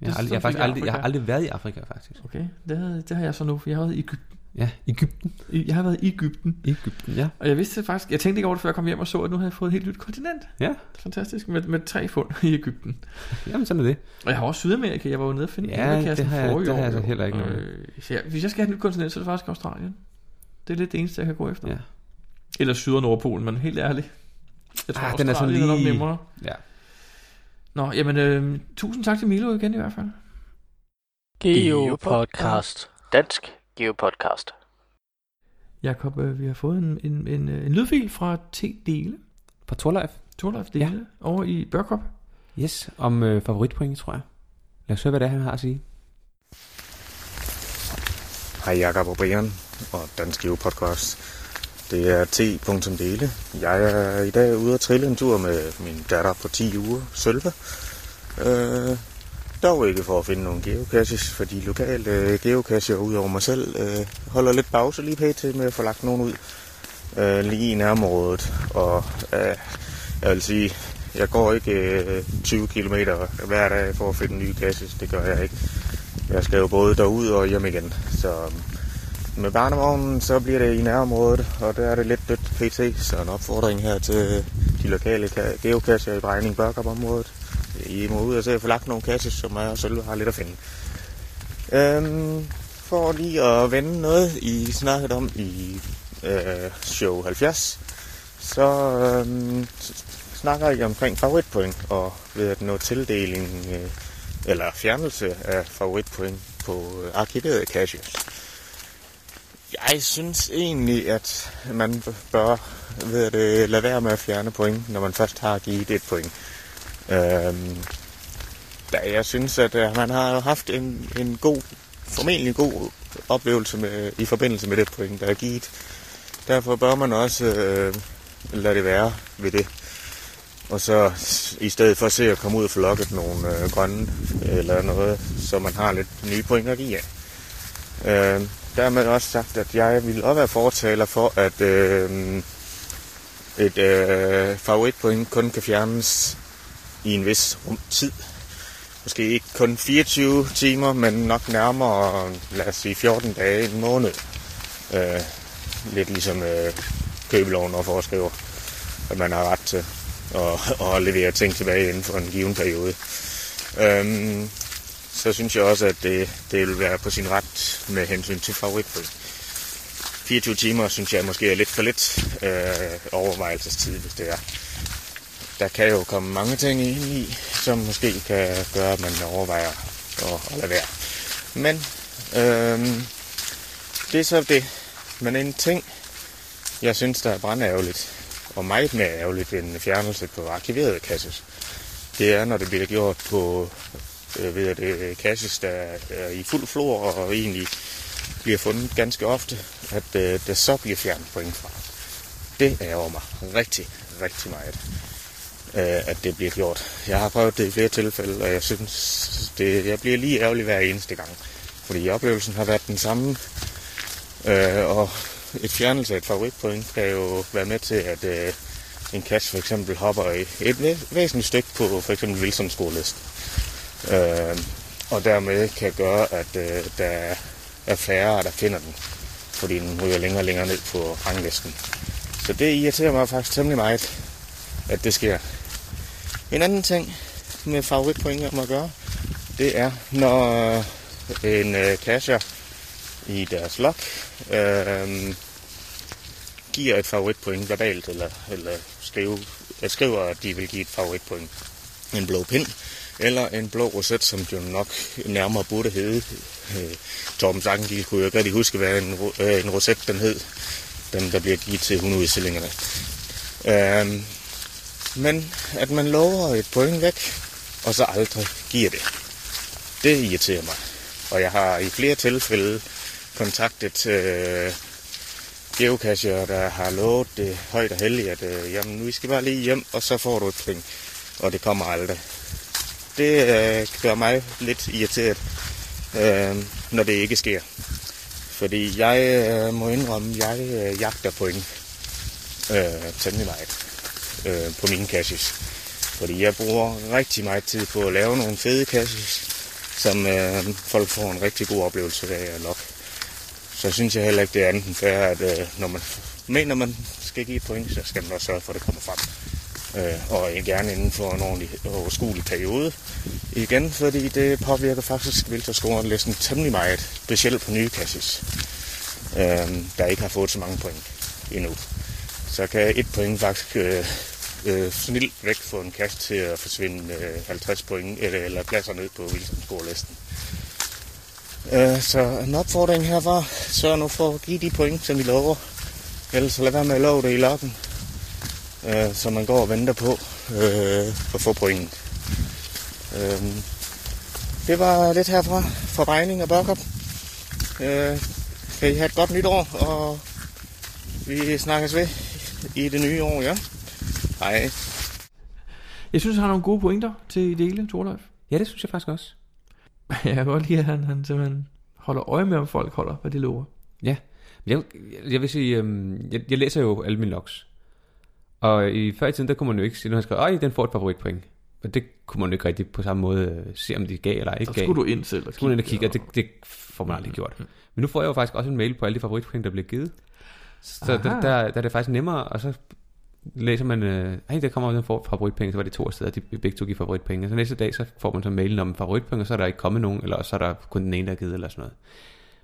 B: Det
A: Jeg
B: er
A: har, aldrig,
B: sådan,
A: jeg, har faktisk
B: fordi
A: aldrig, jeg har
B: Afrika-
A: aldrig været i Afrika, faktisk.
B: Okay, det, havde, det har jeg så nu, for jeg har været i Ægypten.
A: Ja, Ægypten.
B: I- Jeg har været i Ægypten.
A: Ægypten, ja.
B: Og jeg vidste faktisk, jeg tænkte ikke over det, før jeg kom hjem og så, at nu havde jeg fået et helt nyt kontinent.
A: Ja,
B: Fantastisk, med, med tre fund i Ægypten.
A: jamen sådan er det.
B: Og jeg har også Sydamerika. Jeg var jo nede og finde
A: Ja,
B: Indikassen
A: det har jeg-
B: forrige
A: det har
B: år,
A: jeg så
B: jo.
A: heller ikke noget
B: øh, så jeg, Hvis jeg skal have et nyt kontinent, så er det faktisk Australien. Det er lidt det eneste, jeg kan gå efter.
A: Ja.
B: Eller Syd- og Nordpolen, men helt ærligt. Jeg tror,
A: Ah,
B: ah,
A: den er sådan
B: Australien er, nok
A: lige-
B: nemmere.
A: Ja.
B: Nå, jamen, øh, tusind tak til Milo igen i hvert fald.
C: Geo Podcast. Dansk Geo Podcast.
B: Jakob, øh, vi har fået en, en, en, øh, en lydfil fra T-Dele,
A: På Torlife.
B: Torleif Dele, ja. over i Børkop.
A: Yes, om øh, favoritpoint, tror jeg. Lad os høre, hvad det er, han har at sige.
F: Hej Jakob og Brian og Dansk Geo Podcast. Det er T.dele. Jeg er i dag ude at trille en tur med min datter på 10 uger, Sølve. Øh, dog ikke for at finde nogle geocaches, fordi lokale øh, geocacher ud over mig selv øh, holder lidt pause lige pt. med at få lagt nogen ud øh, lige i nærområdet. Og øh, jeg vil sige, jeg går ikke øh, 20 km hver dag for at finde nye caches. Det gør jeg ikke. Jeg skal jo både derud og hjem igen. Så øhm, med barnevognen, så bliver det i nærområdet, og der er det lidt dødt pt. Så en opfordring her til de lokale ka- geocacher i Brejning området I må ud og se at få lagt nogle kasser, som jeg selv har lidt at finde. Øhm, for lige at vende noget, I snakkede om i øh, show 70, så øhm, s- snakker I omkring favoritpoint og ved at nå tildelingen øh, eller fjernelse af favoritpoint på øh, arkiverede caches. Jeg synes egentlig, at man bør ved at, øh, lade være med at fjerne point, når man først har givet et point. Øhm, da jeg synes, at øh, man har haft en, en god, formentlig god oplevelse med, i forbindelse med det point, der er givet. Derfor bør man også øh, lade det være ved det. Og så s- i stedet for at se at komme ud og flokke nogle øh, grønne eller noget, så man har lidt nye point at give af. Øh, dermed også sagt, at jeg ville også være fortaler for, at øh, Et øh, favoritpoint kun kan fjernes i en vis rumtid. Måske ikke kun 24 timer, men nok nærmere, lad os sige, 14 dage, en måned. Øh, lidt ligesom øh, købeloven og foreskriver, at man har ret til at, at levere ting tilbage inden for en given periode. Øhm, så synes jeg også, at det, det vil være på sin ret med hensyn til favoritbøl. 24 timer synes jeg måske er lidt for lidt øh, overvejelsestid, hvis det er. Der kan jo komme mange ting ind i, som måske kan gøre, at man overvejer at, at lade være. Men øhm, det er så det. Men en ting, jeg synes, der er brandærgerligt, og meget mere ærgerligt end fjernelse på arkiverede kasser, det er, når det bliver gjort på øh, ved det, kasses, der er i fuld flor og egentlig bliver fundet ganske ofte, at øh, der så bliver fjernet point fra. Det ærger mig rigtig, rigtig meget, øh, at det bliver gjort. Jeg har prøvet det i flere tilfælde, og jeg synes, det, jeg bliver lige ærgerlig hver eneste gang. Fordi oplevelsen har været den samme, øh, og et fjernelse af et favoritpoint kan jo være med til, at øh, en kasse for eksempel hopper i et væ- væsentligt stykke på for eksempel Wilsons skoleliste. Øh, og dermed kan gøre, at øh, der er færre, der finder den, fordi den ryger længere og længere ned på ranglisten. Så det irriterer mig faktisk temmelig meget, at det sker. En anden ting med favoritpoint om at gøre, det er, når øh, en øh, cashier i deres log øh, giver et favoritpoint verbalt, eller, eller skrive, øh, skriver, at de vil give et favoritpoint. En blå pind, eller en blå roset, som jo nok nærmere burde hedde. Øh, Torben Sangengild kunne jo ikke rigtig huske, hvad en, ro- øh, en roset den hed, den der bliver givet til hundeudstillingerne. Øh, men at man lover et point væk, og så aldrig giver det. Det irriterer mig. Og jeg har i flere tilfælde kontaktet øh, geocacher, der har lovet det højt og heldigt, at øh, jamen, nu skal bare lige hjem, og så får du et point. Og det kommer aldrig. Det øh, gør mig lidt irriteret, øh, når det ikke sker. Fordi jeg øh, må indrømme, jeg øh, jagter point øh, temmelig meget øh, på mine caches. Fordi jeg bruger rigtig meget tid på at lave nogle fede caches, som øh, folk får en rigtig god oplevelse af at logge. Så synes jeg heller ikke, det er andet end fair, at øh, når man mener, man skal give et point, så skal man også sørge for, at det kommer frem. Øh, og gerne inden for en ordentlig overskuelig periode. Igen, fordi det påvirker faktisk vildt listen temmelig meget, specielt på nye caches, øh, der ikke har fået så mange point endnu. Så kan et point faktisk øh, øh, snilt væk få en kast til at forsvinde øh, 50 point, eller, eller pladser ned på Wilsons scorelisten. Øh, så en opfordring her var, sørg nu for at give de point, som I lover. Ellers lad være med at love det i lokken, øh, så man går og venter på øh, at få pointen. Øh, det var lidt herfra fra Bejning og Børkop. Øh, kan I have et godt nytår, og vi snakkes ved i det nye år, ja? Hej.
B: Jeg synes, han har nogle gode pointer til dele, Torleif.
A: Ja, det synes jeg faktisk også.
B: Jeg kan godt lide, at han, han simpelthen holder øje med, om folk holder, hvad de lover.
A: Ja. Jeg, jeg vil sige, øhm, jeg, jeg læser jo alle mine logs. Og i før i tiden, der kunne man jo ikke sige, når han skrev, ej, den får et favoritpoint. Og det kunne man jo ikke rigtig på samme måde øh, se, om de gav eller
B: Så
A: ikke gav.
B: skulle du ind selv og Mm.
A: Så skulle man ind og kigge,
B: kigge,
A: og det, det får man aldrig gjort. Men nu får jeg jo faktisk også en mail på alle de favoritpoint, der bliver givet. Så
B: Aha.
A: der, der, der er det faktisk nemmere, og så læser man, øh, hey, der kommer den for favoritpenge, så var det to steder, de begge to give favoritpenge. Og så næste dag, så får man så mailen om favoritpenge, og så er der ikke kommet nogen, eller så er der kun den ene, der er givet, eller sådan noget.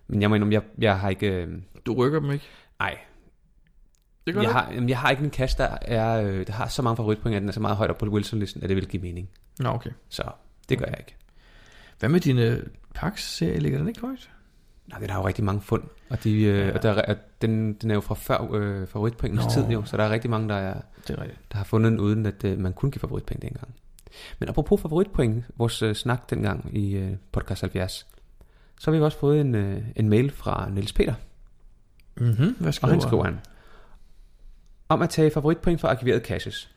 A: Men jeg må indrømme, jeg, jeg har ikke... Øh,
B: Du rykker dem ikke.
A: ej,
B: Det gør
A: jeg
B: jeg har...
A: har, jamen, jeg har ikke en kasse, der, er, øh, der har så mange favoritpoint, at den er så meget højt op på Wilson-listen, at det vil give mening.
B: Nå, okay.
A: Så det gør jeg ikke.
B: Hvad med dine Pax-serie? Ligger den ikke højt?
A: Nej, den har jo rigtig mange fund, og, de, øh, ja. og der, er- den, den er jo fra før øh, favoritpointenes
B: Nå.
A: tid, jo, så der er rigtig mange, der, er,
B: Det er rigtigt.
A: der har fundet den, uden at øh, man kunne give favoritpoint dengang. Men apropos favoritpoint, vores øh, snak dengang i øh, podcast 70, så har vi jo også fået en, øh, en mail fra Niels Peter,
B: Mm-hmm. Hvad skriver
A: Mhm. og han skriver han. Om at tage favoritpoint for arkiverede caches.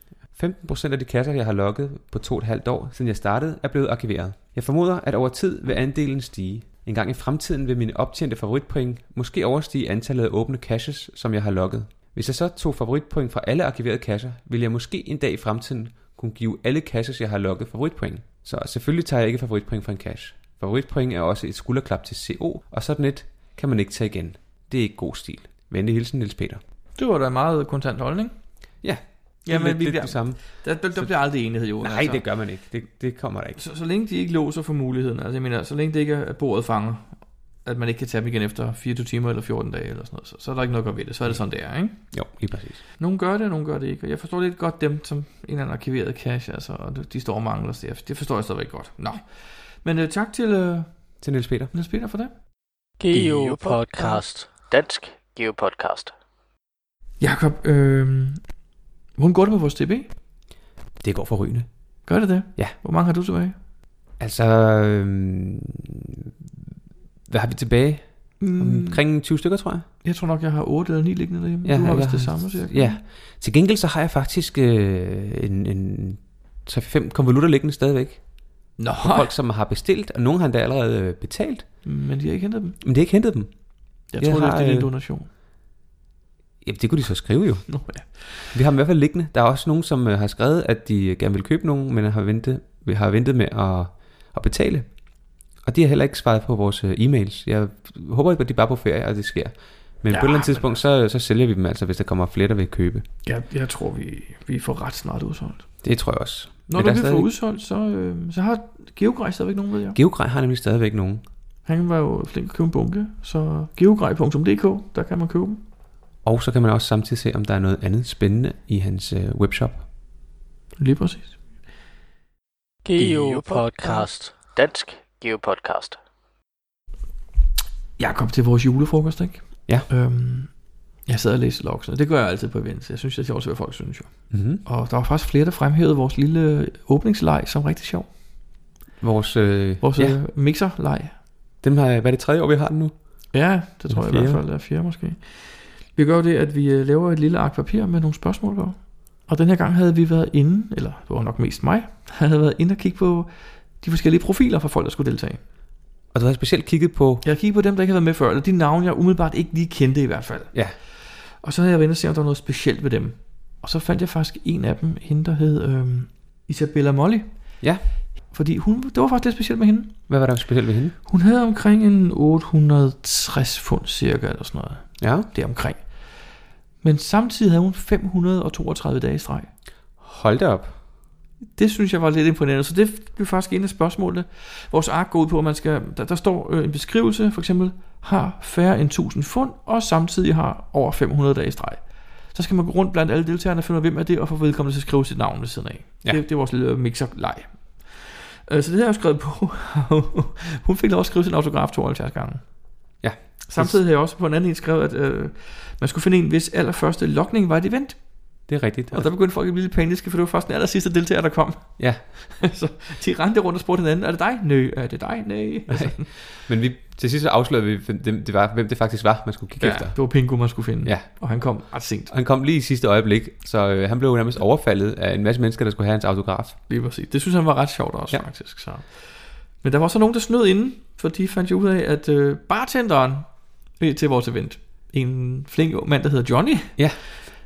A: 15% af de kasser, jeg har logget på 2,5 år, siden jeg startede, er blevet arkiveret. Jeg formoder, at over tid vil andelen stige. En gang i fremtiden vil mine optjente favoritpoint måske overstige antallet af åbne caches, som jeg har logget. Hvis jeg så tog favoritpoint fra alle arkiverede kasser, ville jeg måske en dag i fremtiden kunne give alle kasser, jeg har logget favoritpoint. Så selvfølgelig tager jeg ikke favoritpoint fra en cash. Favoritpoint er også et skulderklap til CO, og sådan et kan man ikke tage igen. Det er ikke god stil. Venlig hilsen, Niels Peter.
B: Det var da en meget kontant holdning.
A: Ja, det er
B: Jamen,
A: lidt,
B: vi
A: lidt
B: bliver-
A: det samme.
B: Der, der, der bliver aldrig enighed, Jonas. altså.
A: Nej, det gør man ikke. Det, det kommer der ikke.
B: Så, så længe de ikke låser for muligheden, altså jeg mener, så længe det ikke er at bordet fanger, at man ikke kan tage dem igen efter 24 timer eller 14 dage eller sådan noget, så, så er der ikke noget at gøre ved det. Så er det sådan, det er, ikke?
A: Jo, lige præcis.
B: Nogle gør det, og nogle gør det ikke. Og jeg forstår lidt godt dem, som en eller anden arkiveret cache, altså, og de står og mangler det. Det forstår jeg stadigvæk godt. Nå. Men øh, tak til øh,
A: Til Niels Peter.
B: Niels Peter for det.
C: Geo Podcast. Dansk Geo Podcast.
B: Jakob, øh, hun går det med vores DB?
A: Det går forrygende.
B: Gør det det?
A: Ja.
B: Hvor mange har du tilbage?
A: Altså, øhm, hvad har vi tilbage?
B: Mm,
A: Omkring 20 stykker, tror jeg.
B: Jeg tror nok, jeg har 8 eller 9 liggende derhjemme.
A: Ja,
B: du har
A: jeg
B: vist det
A: har-
B: samme, cirka.
A: Ja. Til gengæld så har jeg faktisk øh, en, en 3-5 konvolutter liggende stadigvæk.
B: Nå,
A: Folk, som har bestilt, og nogle har endda allerede øh, betalt.
B: men de har ikke hentet dem.
A: Men det har ikke hentet dem.
B: Jeg,
A: Jeg
B: tror,
A: har,
B: det er en
A: øh,
B: donation.
A: Jamen, det kunne de så skrive jo.
B: Nå, ja.
A: Vi har dem i hvert fald liggende. Der er også nogen, som øh, har skrevet, at de gerne vil købe nogen, men har ventet, har ventet med at, at betale. Og de har heller ikke svaret på vores øh, e-mails. Jeg håber ikke, at de er bare på ferie, og det sker. Men ja,
B: Ja,
A: på et eller
B: men-
A: andet tidspunkt, så, så sælger vi dem altså, hvis der kommer flere, der vil købe.
B: Jeg, jeg tror, vi, vi får ret snart udsolgt.
A: Det tror jeg også.
B: Når
A: Men
B: du
A: der er
B: vi får
A: stadig-
B: udsolgt, så, øh, så har Geogrej stadigvæk nogen, ved jeg.
A: Geogrej har nemlig stadigvæk nogen.
B: Han var jo flink at købe en bunke, så geogrej.dk, der kan man købe dem.
A: Og så kan man også samtidig se, om der er noget andet spændende i hans øh, webshop.
B: Lige præcis.
C: Geo Podcast. Dansk Geo Podcast.
B: Jeg kom til vores julefrokost, ikke?
A: Ja.
B: Øhm, jeg sad og læste logsene. Det gør jeg altid på events. Jeg synes, det er sjovt, hvad folk synes jo.
A: Mm-hmm.
B: Og der var faktisk flere, der fremhævede vores lille åbningsleg som rigtig sjov.
A: Vores, øh,
B: Vores
A: ja,
B: ja. mixerleg.
A: dem har, hvad er det tredje år, vi har den nu?
B: Ja, det tror
A: Eller
B: jeg i hvert
A: fjerde.
B: fald er fjerde måske. Vi gør jo det, at vi øh, laver et lille ark papir med nogle spørgsmål på. Og den her gang havde vi været inde, eller det var nok mest mig, der havde været inde og kigge på de forskellige profiler fra folk, der skulle deltage.
A: Og du har specielt kigget på...
B: Jeg kiggede på dem, der ikke havde været med før, eller de navne, jeg umiddelbart ikke lige kendte i hvert fald.
A: Ja.
B: Og så havde jeg været inde og se, om der var noget specielt ved dem. Og så fandt jeg faktisk en af dem, hende der hed øhm, Isabella Molly.
A: Ja.
B: Fordi hun, det var faktisk lidt specielt med hende.
A: Hvad var der specielt ved hende?
B: Hun havde omkring en 860 pund cirka, eller sådan noget
A: Ja.
B: deromkring. Men samtidig havde hun 532 dage i streg.
A: Hold da op.
B: Det synes jeg var lidt imponerende, så det blev faktisk en af spørgsmålene. Vores ark går ud på, at man skal, der, der står øh, en beskrivelse, for eksempel, har færre end 1000 fund, og samtidig har over 500 dage i streg. Så skal man gå rundt blandt alle deltagerne og finde ud af, hvem er det, og få vedkommende til at skrive sit navn ved siden af. Ja.
A: Ja.
B: Det, det er vores lille mixer-leg. Øh, Så det har jeg jo skrevet på. hun fik lov at skrive sin autograf 72 gange.
A: Ja.
B: Samtidig har jeg også på en anden en skrevet, at øh, man skulle finde en, hvis allerførste lokning var et event.
A: Det er rigtigt.
B: Og der begyndte folk at blive lidt paniske, for det var først den aller sidste deltager, der kom.
A: Ja.
B: så de rendte rundt og spurgte hinanden, er det dig? Nej. Er det dig? Nej. Altså,
A: Men vi, til sidst så afslørede vi, hvem det, det var, hvem det faktisk var, man skulle kigge
B: ja,
A: efter.
B: det var Pingu, man skulle finde.
A: Ja.
B: Og han kom ret sent.
A: Og han kom lige i sidste øjeblik, så øh, han blev nærmest overfaldet af en masse mennesker, der skulle have hans autograf.
B: Lige præcis. Det synes han var ret sjovt også, ja.
A: Ja.
B: faktisk. Så. Men der var så nogen, der snød inden, for de fandt jo ud af, at øh, bartenderen øh, til vores event, en flink ung mand, der hedder Johnny,
A: Ja.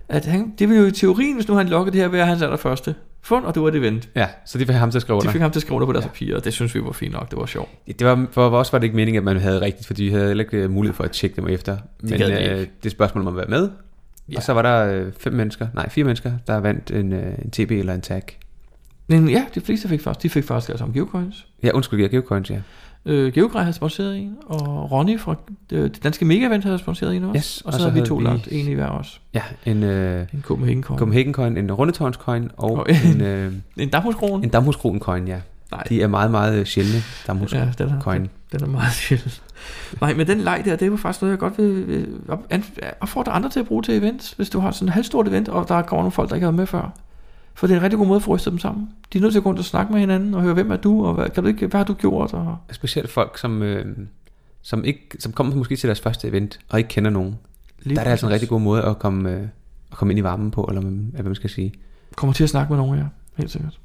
B: at han, det ville jo i teorien, hvis nu han lokkede det her, være hans allerførste fund, og det var et event.
A: Ja, så det var ham, der skrev
B: De
A: under.
B: fik ham til at skrive under på deres ja. papir, og det synes vi var fint nok, det var sjovt.
A: Ja, Det var, for os var det ikke meningen, at man havde rigtigt, fordi vi havde heller ikke øh, mulighed for at tjekke dem efter. Men øh,
B: gad vi ikke.
A: det spørgsmål om at være med.
B: Ja.
A: Ja. Og så var der øh, fem mennesker, nej fire mennesker, der vandt en, øh, en TB eller en tag.
B: Men ja, de fleste fik faktisk, de fik faktisk alle sammen geocoins.
A: Ja, undskyld, jeg geocoins, ja.
B: Øh, Geogrej havde sponsoreret en, og Ronny fra øh, det danske Megavent havde sponsoreret en også.
A: Yes,
B: og, så, havde vi to
A: vi-
B: langt, en i hver også.
A: Ja, en øh,
B: En Copenhagen Coin.
A: Copenhagen coin, en rundetårnscoin og
B: Og en-
A: en, øh,
B: En Damhuskron.
A: en damhuskronen coin, ja.
B: Nej,
A: De er meget, meget øh, sjældne,
B: ja,
A: damhuskronen
B: den er,
A: coin.
B: den, den er meget sjældent. Nej, men den leg der, det var faktisk noget, jeg godt vil, vil op- an- opfordre andre til at bruge til events, hvis du har sådan et halvstort event, og der kommer nogle folk, der ikke har været med før. For det er en rigtig god måde at få rystet dem sammen. De er nødt til at gå rundt og snakke med hinanden, og høre, hvem er du, og hvad, kan du ikke, hvad har du gjort? Og,
A: Specielt folk, som, øh, som, ikke, som kommer måske til deres første event og ikke kender nogen.
B: lige
A: der er det altså en rigtig god måde at komme, øh, at komme ind i varmen på, eller hvad man- hvad man skal sige.
B: Kommer til at snakke med nogen af jer, helt sikkert.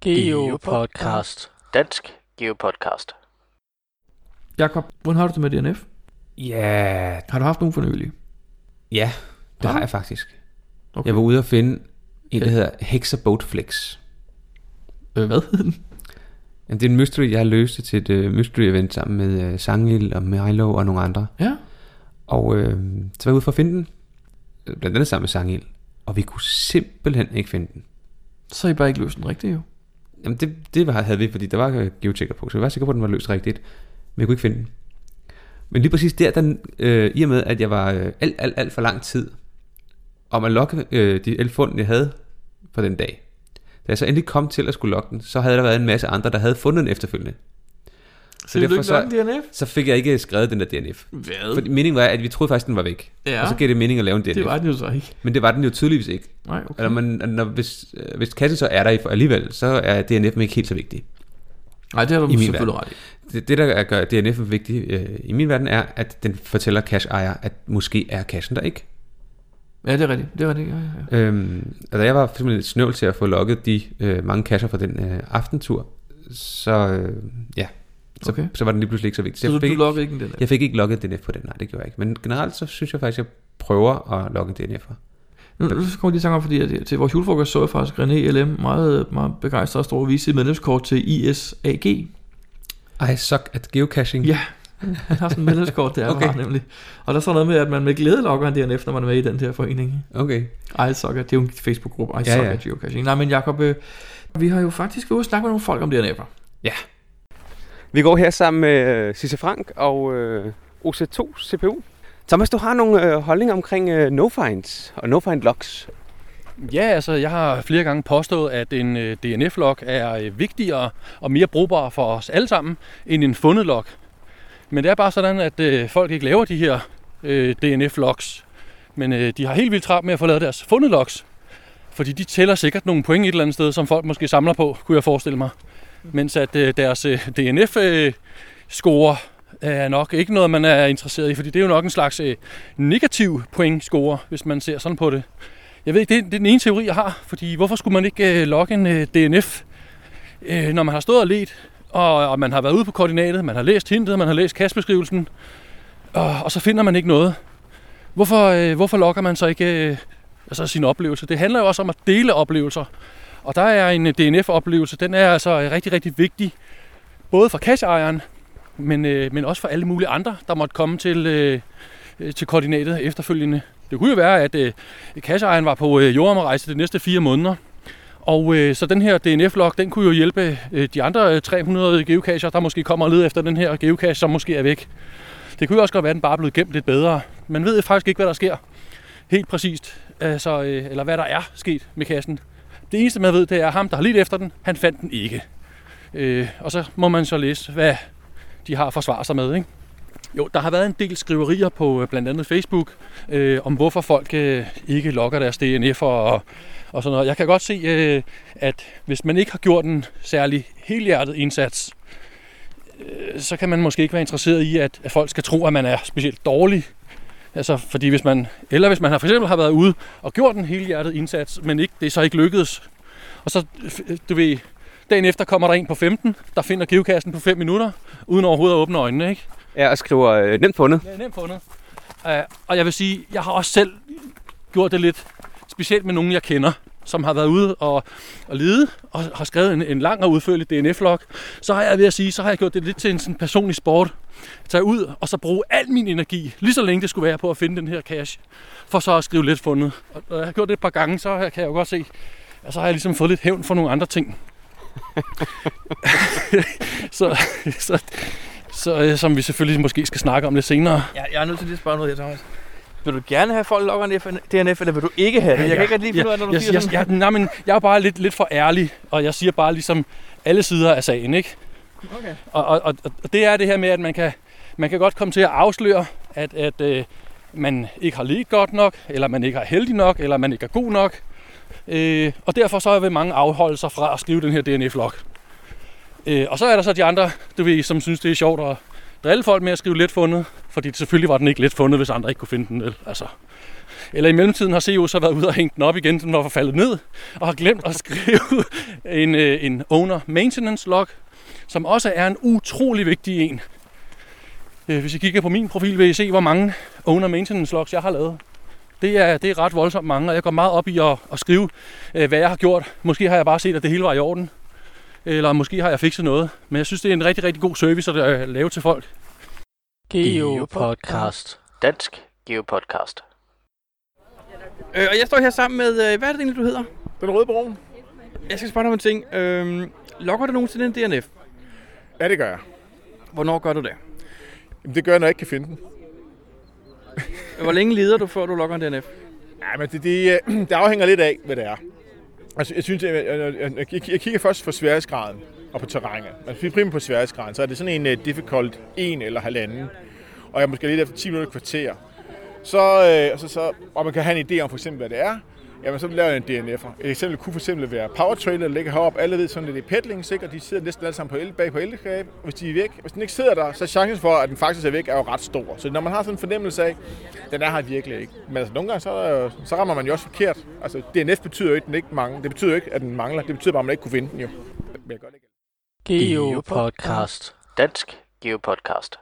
C: Geo Podcast. Dansk Geo Podcast.
B: Jakob, hvordan har du det med DNF?
A: Ja,
B: Har du haft nogen for nylig?
A: ja, Det har jeg faktisk.
B: Okay.
A: Okay. Jeg var ude og finde en, der hedder Hexaboat Flex.
B: Øh, hvad hed den?
A: Jamen, det er en mystery, jeg har løst til et øh, mystery event sammen med øh, Sangil og Milo og nogle andre.
B: Ja.
A: Og øh, så var jeg ude for at finde den. Øh, Blandt andet sammen med Sangil. Og vi kunne simpelthen ikke finde den.
B: Så har I bare ikke løst den rigtige jo.
A: Jamen det, det var- havde vi, fordi der var øh, geotjekker på, så vi var sikre på, at den var løst rigtigt. Men jeg kunne ikke finde den. Men lige præcis der, den, øh, i og med, at jeg var øh, alt, alt, alt for lang tid om at lokke øh, de 11 fund, jeg havde for den dag. Da jeg så endelig kom til at skulle lokke den, så havde der været en masse andre, der havde fundet den efterfølgende.
B: Så vil du
A: derfor
B: ikke
A: så-
B: så... DNF?
A: Så fik jeg ikke skrevet den der DNF.
B: Hvad?
A: Fordi meningen var, at vi troede faktisk, den var væk.
B: Ja.
A: Og så giver det mening at lave en DNF.
B: Det var den jo så ikke.
A: Men det var den jo tydeligvis ikke.
B: Nej, okay.
A: Eller man, når, hvis, øh, hvis kassen så er der i- alligevel, så er DNF'en ikke helt så vigtig.
B: Nej, det har du
A: I min
B: selvfølgelig ret i.
A: Det, det der gør DNF'en vigtig øh, i min verden, er, at den fortæller cash-ejer, at måske er kassen der ikke.
B: Ja, det er rigtigt. Det er rigtigt. Ja, ja, ja.
A: Øhm, og da jeg var simpelthen lidt snøvl til at få lukket de øh, mange kasser fra den øh, aftentur, så øh, ja, så,
B: Okay.
A: okay. så var den lige pludselig ikke så vigtig.
B: Så du,
A: jeg, fik,
B: du
A: ikke-
B: lukker ikke den der.
A: jeg fik ikke lukket DNF på den, nej det gjorde jeg ikke. Men generelt så synes jeg faktisk, at jeg prøver at lukke DNF'er.
B: Nu, nu kommer jeg lige i tanke om, fordi at, øh, til vores julefrokost så jeg faktisk René LM meget, øh, meget begejstret og står og vise sit medlemskort til ISAG.
A: I suck at geocaching.
B: Ja, han har sådan et medlemskort der, okay.
A: Okay.
B: har, nemlig. Og der står noget med, at man med glæde logger en DNF, når man er med i den her forening.
A: Okay.
B: Ejlsokker, det er jo en Facebook-gruppe, Ejlsokker ja,
A: ja.
B: ja. Geocaching. Nej, men Jacob, øh, vi har jo faktisk været ude og snakke med nogle folk om DNF'er.
A: Vi går her sammen med øh, Sisse Frank og øh, OC2 CPU. Thomas, du har nogle øh, holdninger omkring øh, no-finds og no-find logs.
G: Ja, altså jeg har flere gange påstået, at en øh, DNF-log er øh, vigtigere og mere brugbar for os alle sammen end en fundet log. Men det er bare sådan, at øh, folk ikke laver de her øh, DNF-logs. Men øh, de har helt vildt travlt med at få lavet deres fundet logs. Fordi de tæller sikkert nogle point et eller andet sted, som folk måske samler på, kunne jeg forestille mig. Mens at øh, deres øh, DNF-score er nok ikke noget, man er interesseret i. Fordi det er jo nok en slags øh, negativ point-score, hvis man ser sådan på det. Jeg ved ikke, det er, det er den ene teori, jeg har, fordi hvorfor skulle man ikke øh, logge en øh, DNF, øh, når man har stået og let, og, og man har været ude på koordinatet, man har læst hintet, man har læst kastbeskrivelsen, og, og så finder man ikke noget. Hvorfor, øh, hvorfor logger man så ikke øh, altså sin oplevelse? Det handler jo også om at dele oplevelser, og der er en øh, DNF-oplevelse, den er altså øh, rigtig, rigtig vigtig, både for cashejeren, men, øh, men også for alle mulige andre, der måtte komme til, øh, øh, til koordinatet efterfølgende. Det kunne jo være, at øh, Kasseejeren var på øh, jordomrejse de næste fire måneder. Og øh, så den her DNF-log, den kunne jo hjælpe øh, de andre øh, 300 geocacher, der måske kommer og leder efter den her geocache, som måske er væk. Det kunne jo også godt være, at den bare er blevet gemt lidt bedre. Man ved faktisk ikke, hvad der sker helt præcist, altså, øh, eller hvad der er sket med kassen. Det eneste, man ved, det er, at ham, der har lidt efter den, han fandt den ikke. Øh, og så må man så læse, hvad de har at forsvare sig med. Ikke? Jo, der har været en del skriverier på øh, blandt andet Facebook, øh, om hvorfor folk øh, ikke logger deres DNF'er og, og sådan noget. Jeg kan godt se, øh, at hvis man ikke har gjort en særlig helhjertet indsats, øh, så kan man måske ikke være interesseret i, at, at folk skal tro, at man er specielt dårlig. Altså, fordi hvis man, eller hvis man har for eksempel har været ude og gjort en helhjertet indsats, men ikke, det er så ikke lykkedes. Og så, øh, du ved, dagen efter kommer der en på 15, der finder geokassen på 5 minutter, uden overhovedet at åbne øjnene, ikke?
A: Ja, og skriver øh, nemt fundet.
G: Det er nemt fundet. Uh, og jeg vil sige, jeg har også selv gjort det lidt specielt med nogen, jeg kender, som har været ude og, og lede og har skrevet en, en lang og udførlig DNF-log. Så har jeg ved at sige, så har jeg gjort det lidt til en sådan personlig sport. Tage ud og så bruge al min energi, lige så længe det skulle være på at finde den her cash, for så at skrive lidt fundet. Og når jeg har gjort det et par gange, så kan jeg jo godt se, at så har jeg ligesom fået lidt hævn for nogle andre ting. så, så, så, øh, som vi selvfølgelig måske skal snakke om lidt senere.
B: Ja, jeg er nødt til lige at spørge noget her, Thomas. Vil du gerne have folk logger en DNF, eller vil du ikke have det? Jeg kan ikke lige finde ud af, når du
G: jeg,
B: siger
G: jeg,
B: sådan.
G: jeg, nej, men jeg er bare lidt, lidt for ærlig, og jeg siger bare ligesom alle sider af sagen, ikke?
B: Okay.
G: Og, og, og, og det er det her med, at man kan, man kan godt komme til at afsløre, at, at øh, man ikke har ledt godt nok, eller man ikke er heldig nok, eller man ikke er god nok. Øh, og derfor så vil mange afholde sig fra at skrive den her DNF-log. Øh, og så er der så de andre, du ved, som synes, det er sjovt at drille folk med at skrive let fundet, fordi selvfølgelig var den ikke let fundet, hvis andre ikke kunne finde den. Vel? Altså. Eller i mellemtiden har CEO så været ude og hængt den op igen, den var faldet ned, og har glemt at skrive en, øh, en owner maintenance log, som også er en utrolig vigtig en. Øh, Hvis I kigger på min profil, vil I se, hvor mange owner maintenance logs jeg har lavet. Det er, det er ret voldsomt mange, og jeg går meget op i at, at skrive, øh, hvad jeg har gjort. Måske har jeg bare set, at det hele var i orden, eller måske har jeg fikset noget. Men jeg synes, det er en rigtig, rigtig god service at øh, lave til folk.
C: Geo Podcast. Dansk Geo Podcast.
H: Øh, og jeg står her sammen med, øh, hvad er det egentlig, du hedder?
I: Den røde brun?
H: Jeg skal spørge dig om en ting. Øh, logger du nogensinde en DNF?
I: Ja, det gør jeg.
H: Hvornår gør du det?
I: Jamen, det gør jeg, når jeg ikke kan finde den.
H: Hvor længe leder du, før du logger en DNF?
I: Ja, men det, det, øh, det afhænger lidt af, hvad det er. Altså, jeg synes, jeg, jeg, jeg, jeg, jeg kigger først på sværhedsgraden og på terrænet. Altså, primært på sværhedsgraden, så er det sådan en uh, difficult 1 eller halvanden. Og jeg er måske lidt efter 10 minutter kvarter. Så, øh, så, så, og man kan have en idé om for eksempel, hvad det er. Jamen, så laver jeg en DNF'er. Et eksempel kunne for eksempel være powertrail, der ligger heroppe. Alle ved sådan, at det er pedling, sikkert. De sidder næsten alle sammen på el, bag på elskab. Hvis de er væk, hvis den ikke sidder der, så er chancen for, at den faktisk er væk, er jo ret stor. Så når man har sådan en fornemmelse af, den er her virkelig ikke. Men altså, nogle gange, så, er der jo- så rammer man jo også forkert. Altså, DNF betyder jo ikke, at den ikke mangler. Det betyder jo ikke, at den mangler. Det betyder bare, at man ikke kunne finde den jo. Men jeg gør det ikke.
C: Geo Podcast. Dansk Geo Podcast.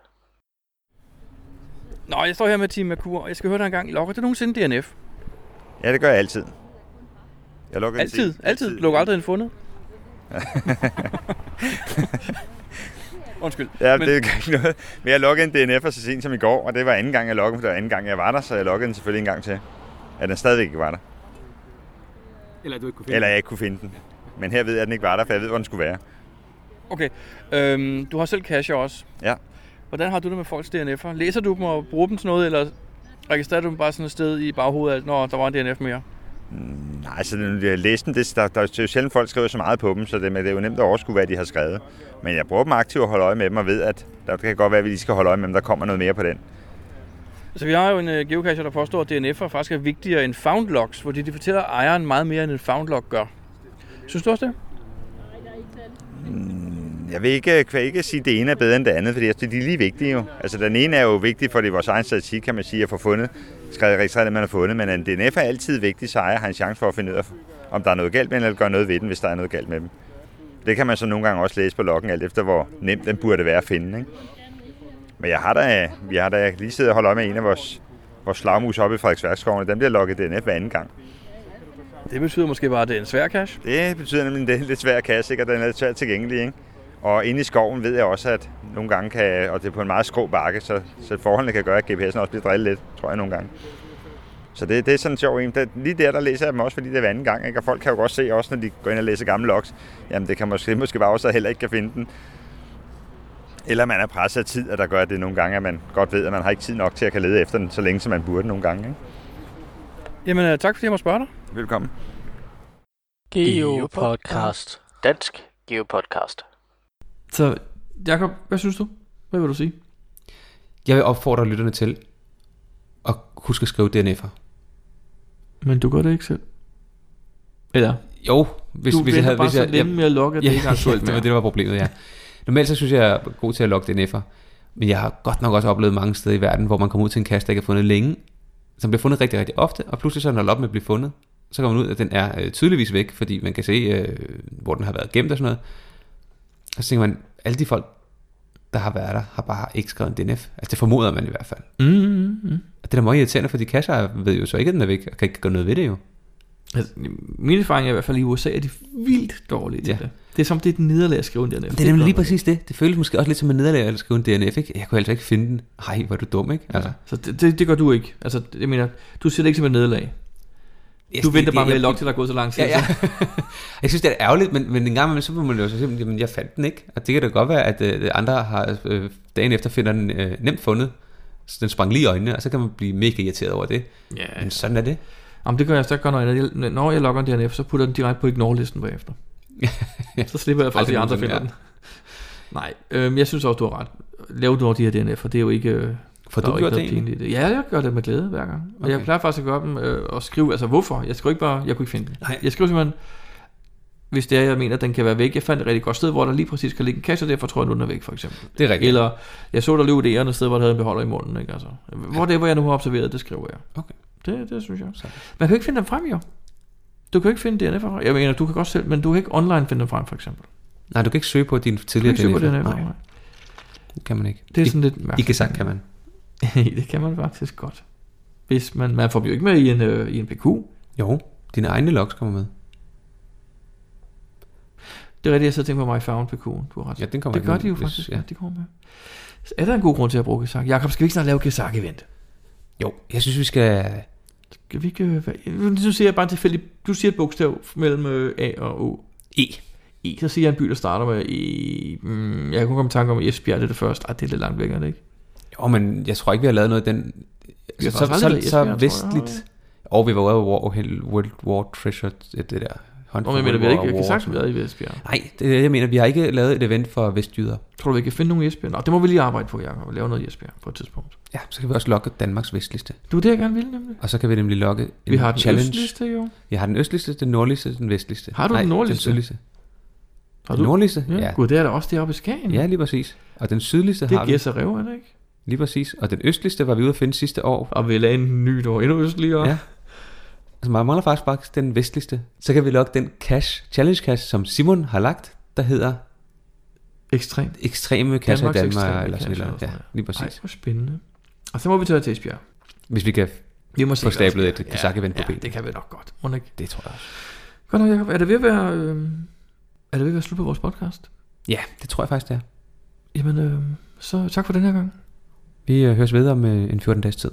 H: Nå, jeg står her med Team Merkur, og jeg skal høre dig en gang. Logger du nogensinde en DNF?
J: Ja, det gør jeg altid. Jeg lukker
H: Altid. Altid. altid. Lukker aldrig en fundet. Undskyld.
J: Ja,
H: Men-
J: men... det gør ikke noget. Men jeg lukkede en DNF'er så sent som i går, og det var anden gang, jeg lukkede, for det var anden gang, jeg var der, så jeg lukkede den selvfølgelig en gang til. At den stadigvæk ikke var der.
A: Eller du ikke kunne
J: Eller jeg ikke kunne finde den. Men her ved jeg, at den ikke var der, for jeg ved, hvor den skulle være.
H: Okay. Øhm, du har selv cash også.
J: Ja.
H: Hvordan har du det med folks DNF'er? Læser du dem og bruger dem til noget, eller registrerer du dem bare sådan et sted i baghovedet, at når der var en DNF mere?
J: Nej, så den- jeg læste dem, det, der, der, det er jo sjældent, folk skriver så meget på dem, så det, men det er jo nemt at overskue, hvad de har skrevet. Men jeg bruger dem aktivt og holder øje med dem, og ved, at der kan godt være, at vi lige skal holde øje med dem, der kommer noget mere på den.
H: Så vi har jo en øh, geocacher, der påstår, at DNF'er faktisk er vigtigere end found logs, fordi de fortæller ejeren meget mere, end en found log gør. Synes du også det?
J: Jeg vil ikke, kan ikke sige, at det ene er bedre end det andet, fordi jeg synes, de er lige vigtige jo. Altså, den ene er jo vigtig, fordi vores egen statistik, kan man sige, at få fundet, skrevet registreret, at man har fundet, men en DNF er altid vigtig, så ejer har en chance for at finde ud af, om der er noget galt med den, eller gøre noget ved den, hvis der er noget galt med dem. Det kan man så nogle gange også læse på loggen, alt efter hvor nemt den burde være at finde. Ikke? Men jeg har da, vi har da lige siddet og holdt øje med en af vores, vores slagmus oppe i Frederiksværkskovene. Den bliver logget DNF hver anden gang.
H: Det betyder måske bare, at det er en svær cache.
J: Det betyder nemlig, at det er en lidt svær kasse, ikke? og den er lidt svær tilgængelig. Ikke? Og inde i skoven ved jeg også, at nogle gange kan, og det er på en meget skrå bakke, så, så forholdene kan gøre, at GPS'en også bliver drillet lidt, tror jeg nogle gange. Så det, det er sådan en sjov en. Det, lige der, der læser jeg dem også, fordi det er hver anden gang. Ikke? Og folk kan jo godt se, også når de går ind og læser gamle logs, jamen det kan måske, måske bare også, at jeg heller ikke kan finde den. Eller man er presset af tid, og der gør det nogle gange, at man godt ved, at man har ikke tid nok til at kan lede efter den, så længe som man burde nogle gange. Ikke?
H: Jamen, øh, tak fordi jeg må spørge dig.
J: Velkommen.
C: Geo Podcast. Dansk Geo Podcast.
B: Så Jakob, hvad synes du? Hvad vil du sige?
A: Jeg vil opfordre lytterne til at huske at skrive DNF'er.
B: Men du gør det ikke selv. Eller?
A: Jo, hvis,
B: Du
A: hvis
B: venter
A: jeg havde...
B: bare
A: hvis
B: så
A: jeg,
B: længe med at logge, at det ikke er aktuelt
A: det var
B: mere.
A: det, der var problemet, ja. Normalt så synes jeg, jeg er god til at logge DNF'er. Men jeg har godt nok også oplevet mange steder i verden, hvor man kommer ud til en kasse, der ikke er fundet længe, som bliver fundet rigtig, rigtig ofte, og pludselig så er den holdt op med at blive fundet. Så kommer man ud, at den er øh, tydeligvis væk, fordi man kan se, øh, hvor den har været gemt og sådan noget. Og så tænker man, alle de folk, der har været der, har bare ikke skrevet en DNF. Altså det formoder man i hvert fald.
B: Mm, mm, mm.
A: Og det er da meget irriterende, fordi kasser ved jo så ikke, at den er væk, og kan ikke gøre noget ved det jo.
B: Altså, min erfaring er i hvert fald, at i USA er de vildt dårlige til
A: Ja.
B: ja. det. Det er som, det er et nederlag at skrive en DNF.
A: Det er nemlig lige præcis det. Det føles måske også lidt som en nederlag at skrive en DNF, ikke? Jeg kunne altså ikke finde den. Ej, hvor er du dum, ikke? Altså,
B: Så det, det, det, gør du ikke. Altså, det- jeg mener, du ser det ikke som et nederlag.
A: yes,
B: Du
A: det-
B: venter
A: det-
B: bare med
A: jeg-
B: at logge til, der er gået så lang tid.
A: Ja, ja.
B: så-
A: jeg synes, det er ærgerligt, men, men en gang imellem, så må man jo så simpelthen, jamen, jeg fandt den ikke. Og det kan da godt være, at øh, andre har øh, dagen efter finder den øh, nemt fundet. Så den sprang lige i øjnene, og så kan man blive mega irriteret over det.
B: Ja.
A: Men sådan er det.
B: Jamen, det gør jeg så gør noget andet. Jeg- Når jeg logger en DNF, så putter jeg den direkte på ignore-listen bagefter. Så slipper jeg for, at
A: Aldrig
B: de andre
A: nogensinde,
B: finder den. Nej, øhm, jeg synes også, du har ret. Lav du over de her DNF'er, det er jo ikke... Øh,
A: For
B: der er jo
A: du
B: ikke
A: gjorde det
B: noget
A: egentlig.
B: pinligt i det. Ja, jeg gør det med glæde hver gang. Okay. Og jeg
A: Okay.
B: plejer faktisk at gøre dem øh, og skrive, altså hvorfor. Jeg skriver ikke bare, jeg kunne ikke finde den.
A: Nej.
B: Jeg skriver simpelthen, hvis det er, jeg mener, den kan være væk. Jeg fandt et rigtig godt sted, hvor der lige præcis kan ligge en kasse, og derfor tror jeg, nu den er væk, for eksempel.
A: Det er rigtigt.
B: Eller jeg så, der løb det andet sted, hvor der havde en beholder i munden. Ikke? Altså, hvor det, hvor jeg nu har observeret, det skriver jeg.
A: Okay.
B: Det, det synes jeg.
A: Sådan.
B: Man kan jo ikke finde dem frem, jo. Du kan jo ikke finde DNF frem. Jeg mener, du kan godt selv, men du kan ikke online finde dem frem, for eksempel.
A: Nej, du kan ikke søge på din
B: Du kan
A: tidligere
B: ikke se på DNF.
A: DNF'er. Nej,
B: Nej.
A: det kan man ikke.
B: Det er sådan lidt
A: ikke
B: mærkeligt.
A: sagt, kan man.
B: det kan man faktisk godt. Hvis man, man får dem jo ikke med i en, øh, i en PQ.
A: Jo, dine egne logs kommer med.
B: Det er rigtigt, jeg sidder og tænker på mig Found PK'en. Du har ret.
A: Ja, den kommer
B: det
A: ikke
B: gør
A: med,
B: de jo
A: hvis-
B: faktisk.
A: ja.
B: Ja. det kommer med. Er der en god grund til at bruge Gesak? Jakob, skal vi ikke snart lave Gesak-event?
A: Jo, jeg synes, vi skal...
B: Skal vi ikke... øh, være- Nu siger jeg bare tilfældigt... Du siger et bogstav mellem øh, A og O.
A: E.
B: E. Så siger jeg en by, der starter med E. Mm, jeg kunne komme i tanke om, at Esbjerg det er det første. Ej, det er lidt langt væk, er det ikke?
A: Jo, men jeg tror ikke, vi har lavet noget af den...
B: Vi
A: Så,
B: har
A: så,
B: faktisk aldrig
A: så,
B: været i
A: så
B: Esbjerg, tror jeg, har
A: vestligt... Og vi var ude over War- World War Treasure, øh, det der... Hunt
B: Nå,
A: for
B: men jeg mener,
A: World
B: vi har
A: War
B: ikke
A: Wars.
B: Gesak været i Esbjerg.
A: Nej, det, er det, jeg mener, vi har ikke lavet et event for vestjyder.
B: Tror du, vi kan finde nogen i Esbjerg? Nå, det må vi lige arbejde på, Jacob. og Lave noget i Esbjerg på et tidspunkt.
A: Ja, så kan vi også lokke Danmarks vestligste.
B: Du er det, jeg gerne vil, nemlig.
A: Og så kan vi nemlig lokke en
B: Vi har den
A: challenge.
B: østliste, jo.
A: Jeg har den østligste, den nordligste, den vestligste.
B: Har du den nordligste?
A: Den sydligste.
B: Har
A: Den nordligste?
B: Ja.
A: Ja.
B: Gud, det er der også deroppe i Skagen.
A: Ja, lige præcis. Og den sydligste
B: det
A: har
B: er
A: vi.
B: Gæs og Rev, er det ikke?
A: Lige præcis. Og den østligste var vi ude at finde sidste år.
B: Og vi lagde en ny, der var endnu østligere.
A: Ja. Så man mangler faktisk faktisk den vestligste. Så kan vi lokke den cash, challenge cash, som Simon har lagt, der hedder
B: Ekstremt.
A: ekstreme cash i
B: Danmarks
A: Danmark,
B: ekstreme
A: eller sådan
B: cash
A: noget.
B: eller
A: Ja,
B: sådan noget.
A: lige
B: Ej,
A: præcis.
B: hvor spændende. Og så må vi tage til Esbjerg.
A: Hvis vi kan,
B: Vi må se,
A: Få
B: hvad der
A: stablet
B: sker.
A: et Kazak-event på
B: ja,
A: benene.
B: det kan vi nok godt. Må ikke?
A: det tror jeg også.
B: Godt nok, Jacob. Er det ved at være... Øh, er det ved at være slut på vores podcast?
A: Ja, det tror jeg faktisk, det er.
B: Jamen, øh, så tak for den her gang.
A: Vi øh, høres ved om øh, en 14-dages tid.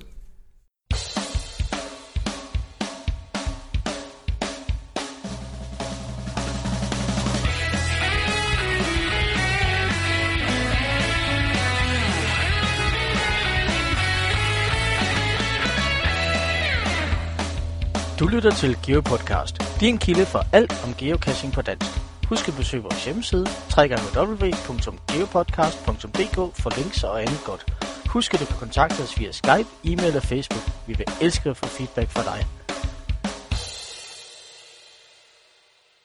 K: Du lytter til GeoPodcast, din kilde for alt om geocaching på dansk. Husk at besøge vores hjemmeside, www.geopodcast.dk for links og andet godt. Husk at du kan kontakte os via Skype, e-mail og Facebook. Vi vil elske at få feedback fra dig.